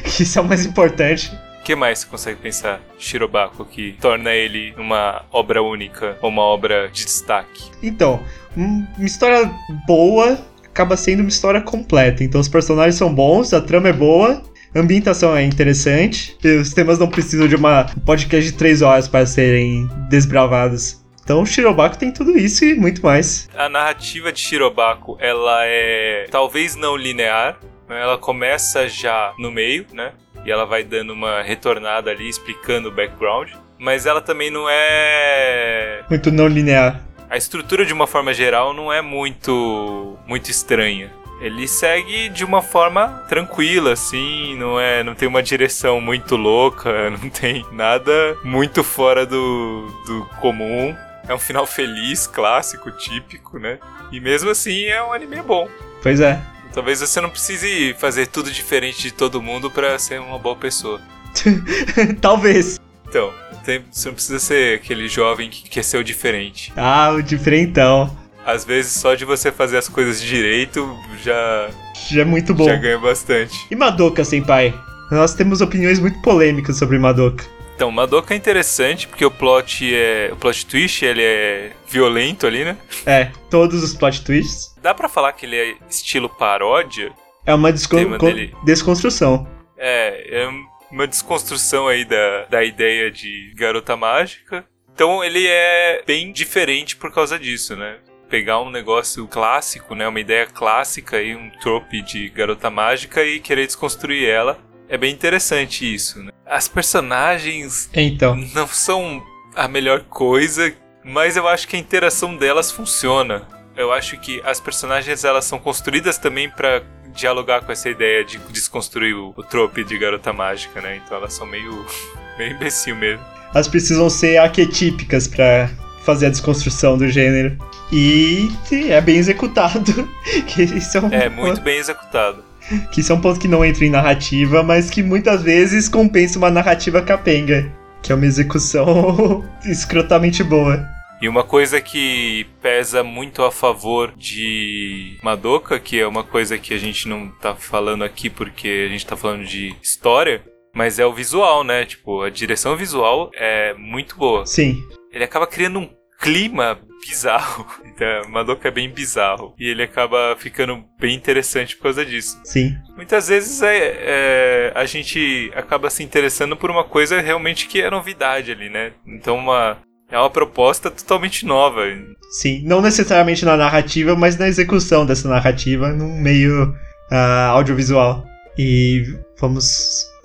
Speaker 1: que Isso é o mais importante.
Speaker 2: O que mais você consegue pensar de Shirobako que torna ele uma obra única ou uma obra de destaque?
Speaker 1: Então, um- uma história boa acaba sendo uma história completa. Então os personagens são bons, a trama é boa, a ambientação é interessante, e os temas não precisam de uma um podcast de três horas para serem desbravados. Então o Shirobako tem tudo isso e muito mais.
Speaker 2: A narrativa de Shirobako, ela é talvez não linear, né? ela começa já no meio, né? E ela vai dando uma retornada ali, explicando o background. Mas ela também não é
Speaker 1: Muito não linear.
Speaker 2: A estrutura de uma forma geral não é muito muito estranha. Ele segue de uma forma tranquila, assim, não é, não tem uma direção muito louca, [laughs] não tem nada muito fora do, do comum. É um final feliz, clássico, típico, né? E mesmo assim é um anime bom.
Speaker 1: Pois é. [laughs]
Speaker 2: Talvez você não precise fazer tudo diferente de todo mundo pra ser uma boa pessoa.
Speaker 1: Talvez.
Speaker 2: Então, tem- você não precisa ser aquele jovem que quer ser o diferente.
Speaker 1: Ah, o diferentão.
Speaker 2: Às vezes só de você fazer as coisas direito já,
Speaker 1: Já é muito bom.
Speaker 2: já ganha bastante.
Speaker 1: E Madoka, senpai? Nós temos opiniões muito polêmicas sobre Madoka.
Speaker 2: Então, Madoka é interessante porque o plot é. O plot twist ele é violento ali, né?
Speaker 1: É, todos os plot twists.
Speaker 2: Dá pra falar que ele é estilo paródia?
Speaker 1: É uma descon-
Speaker 2: Tema
Speaker 1: con-
Speaker 2: dele.
Speaker 1: desconstrução.
Speaker 2: É, é uma desconstrução aí da, da ideia de garota mágica. Então ele é bem diferente por causa disso, né? Pegar um negócio clássico, né? Uma ideia clássica e um trope de garota mágica e querer desconstruir ela. É bem interessante isso, né? As personagens
Speaker 1: Então,
Speaker 2: não são a melhor coisa, mas eu acho que a interação delas funciona. Eu acho que as personagens elas são construídas também pra dialogar com essa ideia de desconstruir o, o trope de garota mágica, né? Então elas são meio [laughs] meio imbecil mesmo.
Speaker 1: elas precisam ser arquetípicas pra fazer a desconstrução do gênero. E é bem executado. [laughs] que isso é, um
Speaker 2: É
Speaker 1: ponto-
Speaker 2: muito bem executado.
Speaker 1: Que isso é um ponto que não entra em narrativa, mas que muitas vezes compensa uma narrativa capenga. Que é uma execução [laughs] escrotamente boa.
Speaker 2: E uma coisa que pesa muito a favor de Madoka, que é uma coisa que a gente não tá falando aqui porque a gente tá falando de história, mas é o visual, né? Tipo, a direção visual é muito boa.
Speaker 1: Sim.
Speaker 2: Ele acaba criando um clima bizarro. [laughs] Então, Madoka é bem bizarro. E ele acaba ficando bem interessante por causa disso.
Speaker 1: Sim.
Speaker 2: Muitas vezes é, é, a gente acaba se interessando por uma coisa realmente que é novidade ali, né? Então uma, é uma proposta totalmente nova.
Speaker 1: Sim. Não necessariamente na narrativa, mas na execução dessa narrativa num meio ah, audiovisual. E vamos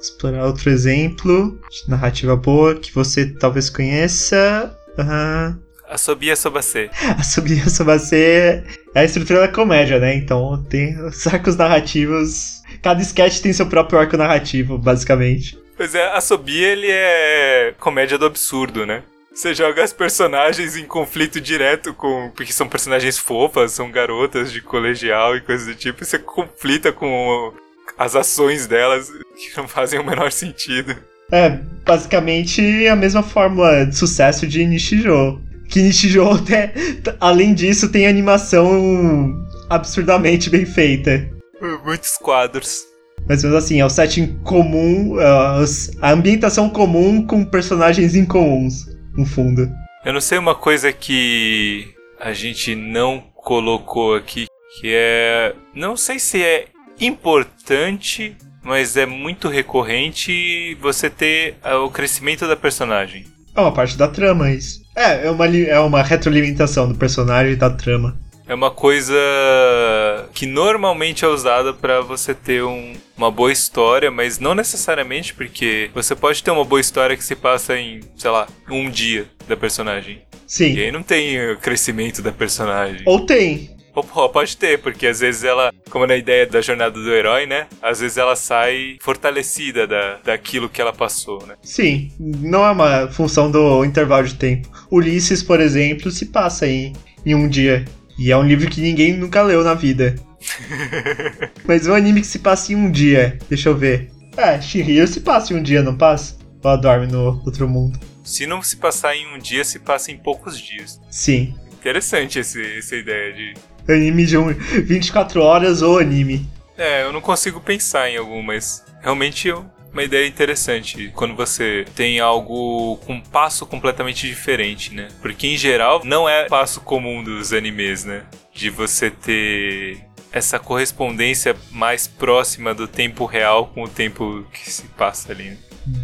Speaker 1: explorar outro exemplo de narrativa boa que você talvez conheça. Aham. [laughs]
Speaker 2: A é Sobia Sobacê.
Speaker 1: A subir sobre você é a estrutura da comédia, né? Então tem os arcos narrativos. Cada sketch tem seu próprio arco narrativo, basicamente.
Speaker 2: Pois é, a Sobia ele é comédia do absurdo, né? Você joga as personagens em conflito direto com. Porque são personagens fofas, são garotas de colegial e coisas do tipo, e você conflita com as ações delas que não fazem o menor sentido.
Speaker 1: É, basicamente é a mesma fórmula de sucesso de Nishijou. Que Nishijou, [laughs] até, t- além disso, tem animação absurdamente bem feita.
Speaker 2: Muitos quadros.
Speaker 1: Mas mesmo assim, é o setting comum, é, os- a ambientação comum com personagens incomuns, no fundo.
Speaker 2: Eu não sei uma coisa que a gente não colocou aqui, que é. Não sei se é importante, mas é muito recorrente você ter ah, o crescimento da personagem.
Speaker 1: É uma parte da trama isso. É, é uma, li- é uma retroalimentação do personagem e da trama.
Speaker 2: É uma coisa que normalmente é usada pra você ter um- uma boa história, mas não necessariamente porque você pode ter uma boa história que se passa em, sei lá, um dia da personagem.
Speaker 1: Sim.
Speaker 2: E aí não tem eh, crescimento da personagem.
Speaker 1: Ou tem.
Speaker 2: Ou, pô, pode ter, porque às vezes ela, como na ideia da jornada do herói, né? Às vezes ela sai fortalecida da, daquilo que ela passou, né?
Speaker 1: Sim. Não é uma função do intervalo de tempo. Ulisses, por exemplo, se passa em, em um dia. E é um livro que ninguém nunca leu na vida. Mas um anime que se passa em um dia. Deixa eu ver. É, Shihiro se passa em um dia, não passa? Ou ela dorme no outro mundo?
Speaker 2: Se não se passar em um dia, se passa em poucos dias.
Speaker 1: Sim.
Speaker 2: Interessante esse, essa ideia de.
Speaker 1: Anime de um, 24 horas ou anime.
Speaker 2: É, eu não consigo pensar em algum, mas realmente é uma ideia interessante. Quando você tem algo com um passo completamente diferente, né? Porque em geral não é passo comum dos animes, né? De você ter essa correspondência mais próxima do tempo real com o tempo que se passa ali. né?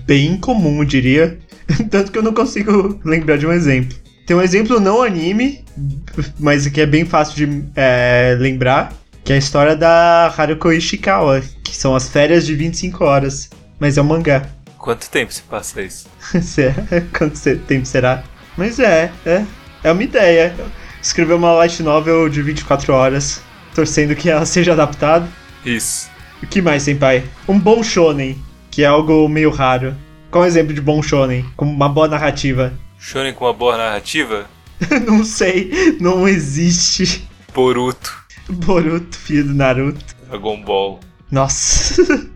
Speaker 1: bem comum, eu diria. [laughs] Tanto que eu não consigo lembrar de um exemplo. Tem um exemplo não anime, mas que é bem fácil de é, lembrar, que é a história da Haruko Ishikawa, que são as férias de 25 horas. Mas é um mangá. [laughs]
Speaker 2: Quanto tempo se passa isso?
Speaker 1: Será? Quanto se- tempo será? Mas é, é. É uma ideia. Escrever uma light novel de 24 horas, torcendo que ela seja adaptada.
Speaker 2: Isso.
Speaker 1: O que mais, senpai? Um bom shonen, que é algo meio raro. Qual é o exemplo de bom shonen? Com uma boa narrativa? [laughs]
Speaker 2: Shonen com uma boa narrativa?
Speaker 1: não sei, não existe.
Speaker 2: Boruto,
Speaker 1: Boruto, filho do Naruto.
Speaker 2: Dragon Ball.
Speaker 1: Nossa, [laughs]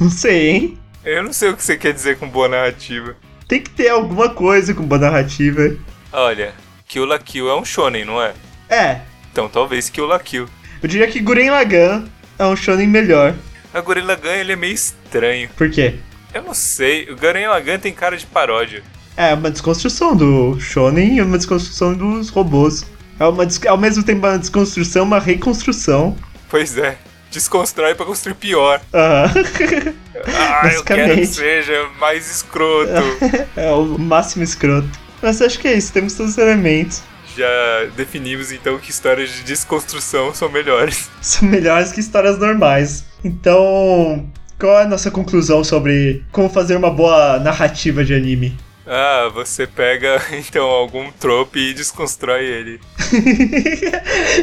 Speaker 1: não sei, hein?
Speaker 2: Eu não sei o que você quer dizer com boa narrativa.
Speaker 1: Tem que ter alguma coisa com boa narrativa.
Speaker 2: Olha, Kill la Kill é um shonen, não é?
Speaker 1: É,
Speaker 2: Então talvez Kill la Kill.
Speaker 1: eu diria que Guren Lagann é um shonen melhor.
Speaker 2: A Gorilla Gun ele é meio estranho.
Speaker 1: Por quê?
Speaker 2: Eu não sei, o Gorilla Gun tem cara de paródia.
Speaker 1: É uma desconstrução do shonen e uma desconstrução dos robôs. É uma, des- ao mesmo tempo uma desconstrução, uma reconstrução.
Speaker 2: Pois é, desconstrói pra construir pior.
Speaker 1: Aham. [laughs]
Speaker 2: Ah, eu quero que
Speaker 1: Basicamente.
Speaker 2: seja mais escroto.
Speaker 1: É o máximo escroto. Mas acho que é isso, temos todos os elementos. [laughs]
Speaker 2: Já definimos então que histórias de desconstrução são melhores.
Speaker 1: São melhores que histórias normais. Então, qual é a nossa conclusão sobre como fazer uma boa narrativa de anime? [laughs]
Speaker 2: Ah, você pega [laughs] então algum trope e desconstrói ele.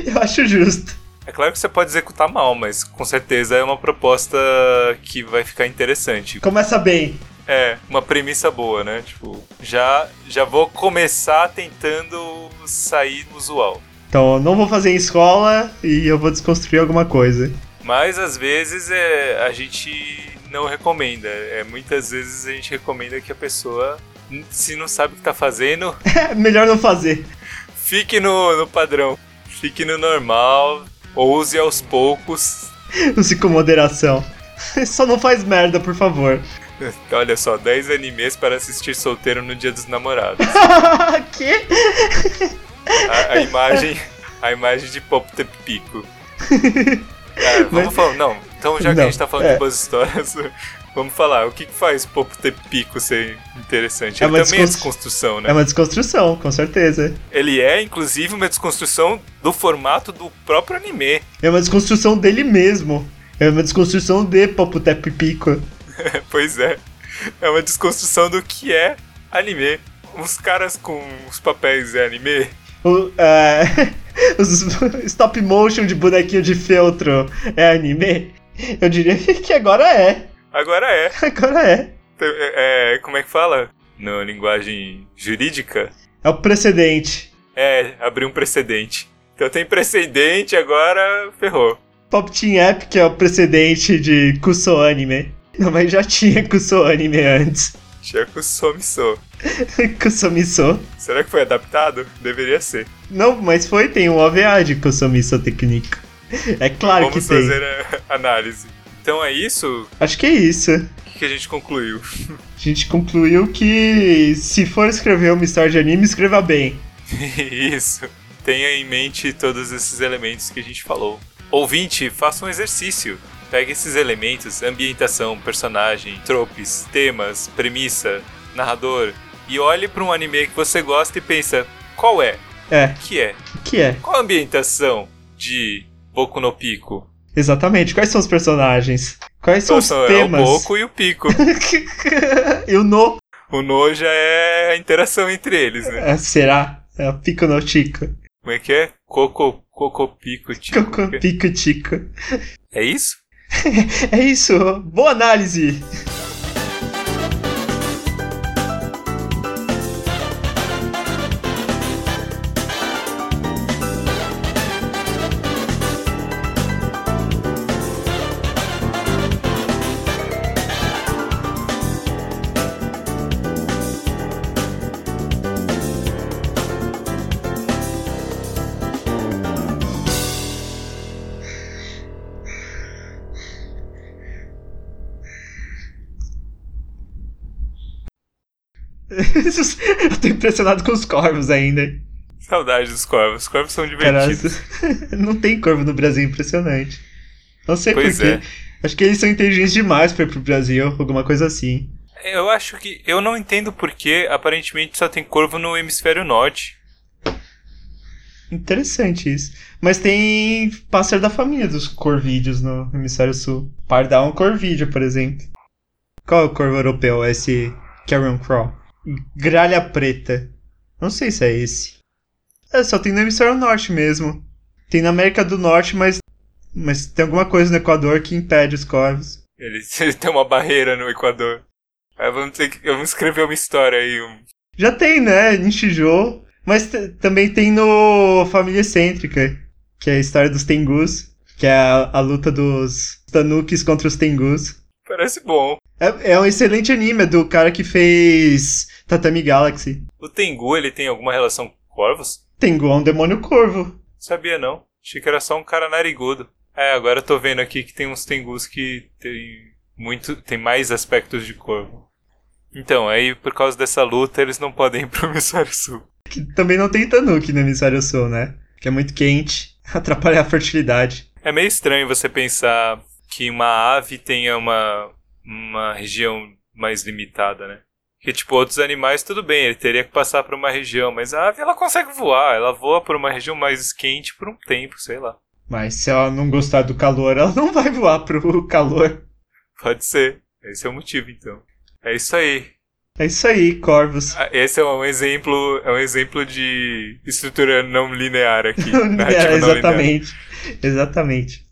Speaker 1: Eu acho justo.
Speaker 2: É claro que você pode executar mal, mas com certeza é uma proposta que vai ficar interessante.
Speaker 1: Começa bem.
Speaker 2: É, uma premissa boa, né? Tipo, já, já vou começar tentando sair do usual.
Speaker 1: Então, eu não vou fazer em escola e eu vou desconstruir alguma coisa.
Speaker 2: Mas às vezes é, a gente não recomenda. É, muitas vezes a gente recomenda que a pessoa, se não sabe o que tá fazendo, [laughs]
Speaker 1: É melhor não fazer.
Speaker 2: fique no, no padrão. Fique no normal, ouse aos poucos.
Speaker 1: Use com moderação. [laughs] Só não faz merda, por favor. [laughs]
Speaker 2: Olha só, 10 animes para assistir solteiro no dia dos namorados.
Speaker 1: que?
Speaker 2: A, a imagem. A imagem de Pop Tep Pico.
Speaker 1: [laughs]
Speaker 2: Ah, vamos
Speaker 1: Mas-
Speaker 2: falar. Não, então já que a
Speaker 1: Não,
Speaker 2: gente tá falando
Speaker 1: é.
Speaker 2: de boas histórias, [laughs] vamos falar. O que, que faz Pop Tep Pico ser interessante?
Speaker 1: É
Speaker 2: Ele
Speaker 1: uma
Speaker 2: também é
Speaker 1: desconstru-
Speaker 2: desconstrução, né?
Speaker 1: É uma desconstrução, com certeza.
Speaker 2: Ele é, inclusive, uma desconstrução do formato do próprio anime. [laughs]
Speaker 1: É uma desconstrução dele mesmo. É uma desconstrução de Popotep Pico.
Speaker 2: pois é. É uma desconstrução do que é anime. Os caras com os papéis é anime?
Speaker 1: O, é, [laughs] os stop motion de bonequinho de feltro é anime? Eu diria [laughs] que agora é.
Speaker 2: Agora é.
Speaker 1: Agora é.
Speaker 2: É, é, como é que fala? Na linguagem jurídica?
Speaker 1: É o precedente.
Speaker 2: É, abriu um precedente. Então tem precedente, agora ferrou.
Speaker 1: Pop Team App, que é o precedente de Kuso Anime. Não, mas já tinha Kuso Anime antes. [laughs]
Speaker 2: Checo Somisso.
Speaker 1: Kusomiso.
Speaker 2: Será que foi adaptado? Deveria ser.
Speaker 1: Não, mas foi, tem um OVA de Kusomiso Técnico. É claro
Speaker 2: Vamos
Speaker 1: que tem.
Speaker 2: fazer a [laughs] análise. Então é isso
Speaker 1: Acho que é isso.
Speaker 2: O que que a gente concluiu. [laughs]
Speaker 1: A gente concluiu que se for escrever uma história de anime, escreva bem.
Speaker 2: Isso. Tenha em mente todos esses elementos que a gente falou. Ouvinte, faça um exercício. Pegue esses elementos, ambientação, personagem, tropes, temas, premissa, narrador, e olhe para um anime que você gosta e pensa: qual é?
Speaker 1: É,
Speaker 2: O que é?
Speaker 1: o que é?
Speaker 2: Qual a ambientação de Boku no Pico?
Speaker 1: Exatamente. Quais são os personagens? Quais são os
Speaker 2: São- é o
Speaker 1: temas? [laughs]
Speaker 2: Boku e o Pico.
Speaker 1: e o No.
Speaker 2: o No já é a interação entre eles, né?
Speaker 1: É, será? É o Pico no Chico.
Speaker 2: Como é que é? Coco, Coco Pico, Tico.
Speaker 1: Coco,
Speaker 2: [laughs]
Speaker 1: Pico Chico.
Speaker 2: É isso?
Speaker 1: É isso. Boa análise. [laughs] Eu tô impressionado com os corvos ainda.
Speaker 2: Saudade dos corvos. Os corvos são
Speaker 1: Caralho. [laughs]
Speaker 2: divertidos.
Speaker 1: Não tem corvo no Brasil, impressionante. Não sei
Speaker 2: Pois é.
Speaker 1: porquê. Acho que eles são inteligentes demais pra ir pro Brasil, alguma coisa assim.
Speaker 2: Eu acho que. Eu não entendo porque aparentemente só tem corvo no hemisfério norte.
Speaker 1: Interessante isso. Mas tem pássaro da família dos corvídeos no hemisfério sul. Pardal é um corvídeo, por exemplo. Qual é o corvo europeu? É Esse Carrion Crow. Gralha preta. Não sei se é esse. É, só tem no hemisfério norte mesmo. Tem na América do Norte, mas, mas tem alguma coisa no Equador que impede os corvos.
Speaker 2: Ele ele [laughs] tem uma barreira no Equador. Aí vamos ter que. Vamos escrever uma história aí. um-
Speaker 1: Já tem, né? Em Shijô. Mas t- também tem no Família Excêntrica, que é a história dos Tengus, que é a, a luta dos Tanukis contra os Tengus.
Speaker 2: Parece bom.
Speaker 1: É, é um excelente anime é do cara que fez Tatami Galaxy.
Speaker 2: O Tengu, ele tem alguma relação com corvos?
Speaker 1: Tengu é um demônio corvo.
Speaker 2: Sabia não. Achei que era só um cara narigudo. É, agora eu tô vendo aqui que tem uns Tengus que tem muito. tem mais aspectos de corvo. Então, aí por causa dessa luta eles não podem ir pro hemisfério sul.
Speaker 1: Que também não tem Tanuki no Hemisfério Sul, né? Que é muito quente, [laughs] atrapalha a fertilidade.
Speaker 2: É meio estranho você pensar que uma ave tenha uma, uma região mais limitada, né? Que, tipo, outros animais, tudo bem, ele teria que passar por uma região, mas a ave, ela consegue voar, ela voa por uma região mais quente por um tempo, sei lá.
Speaker 1: Mas se ela não gostar do calor, ela não vai voar pro calor.
Speaker 2: Pode ser. Esse é o motivo, então. É isso aí.
Speaker 1: É isso aí, Corvus.
Speaker 2: Ah, Esse é um exemplo, é um exemplo de estrutura não linear aqui.
Speaker 1: Não
Speaker 2: narrativa
Speaker 1: [laughs] linear,
Speaker 2: É, tipo, não linear.
Speaker 1: É, exatamente. Exatamente.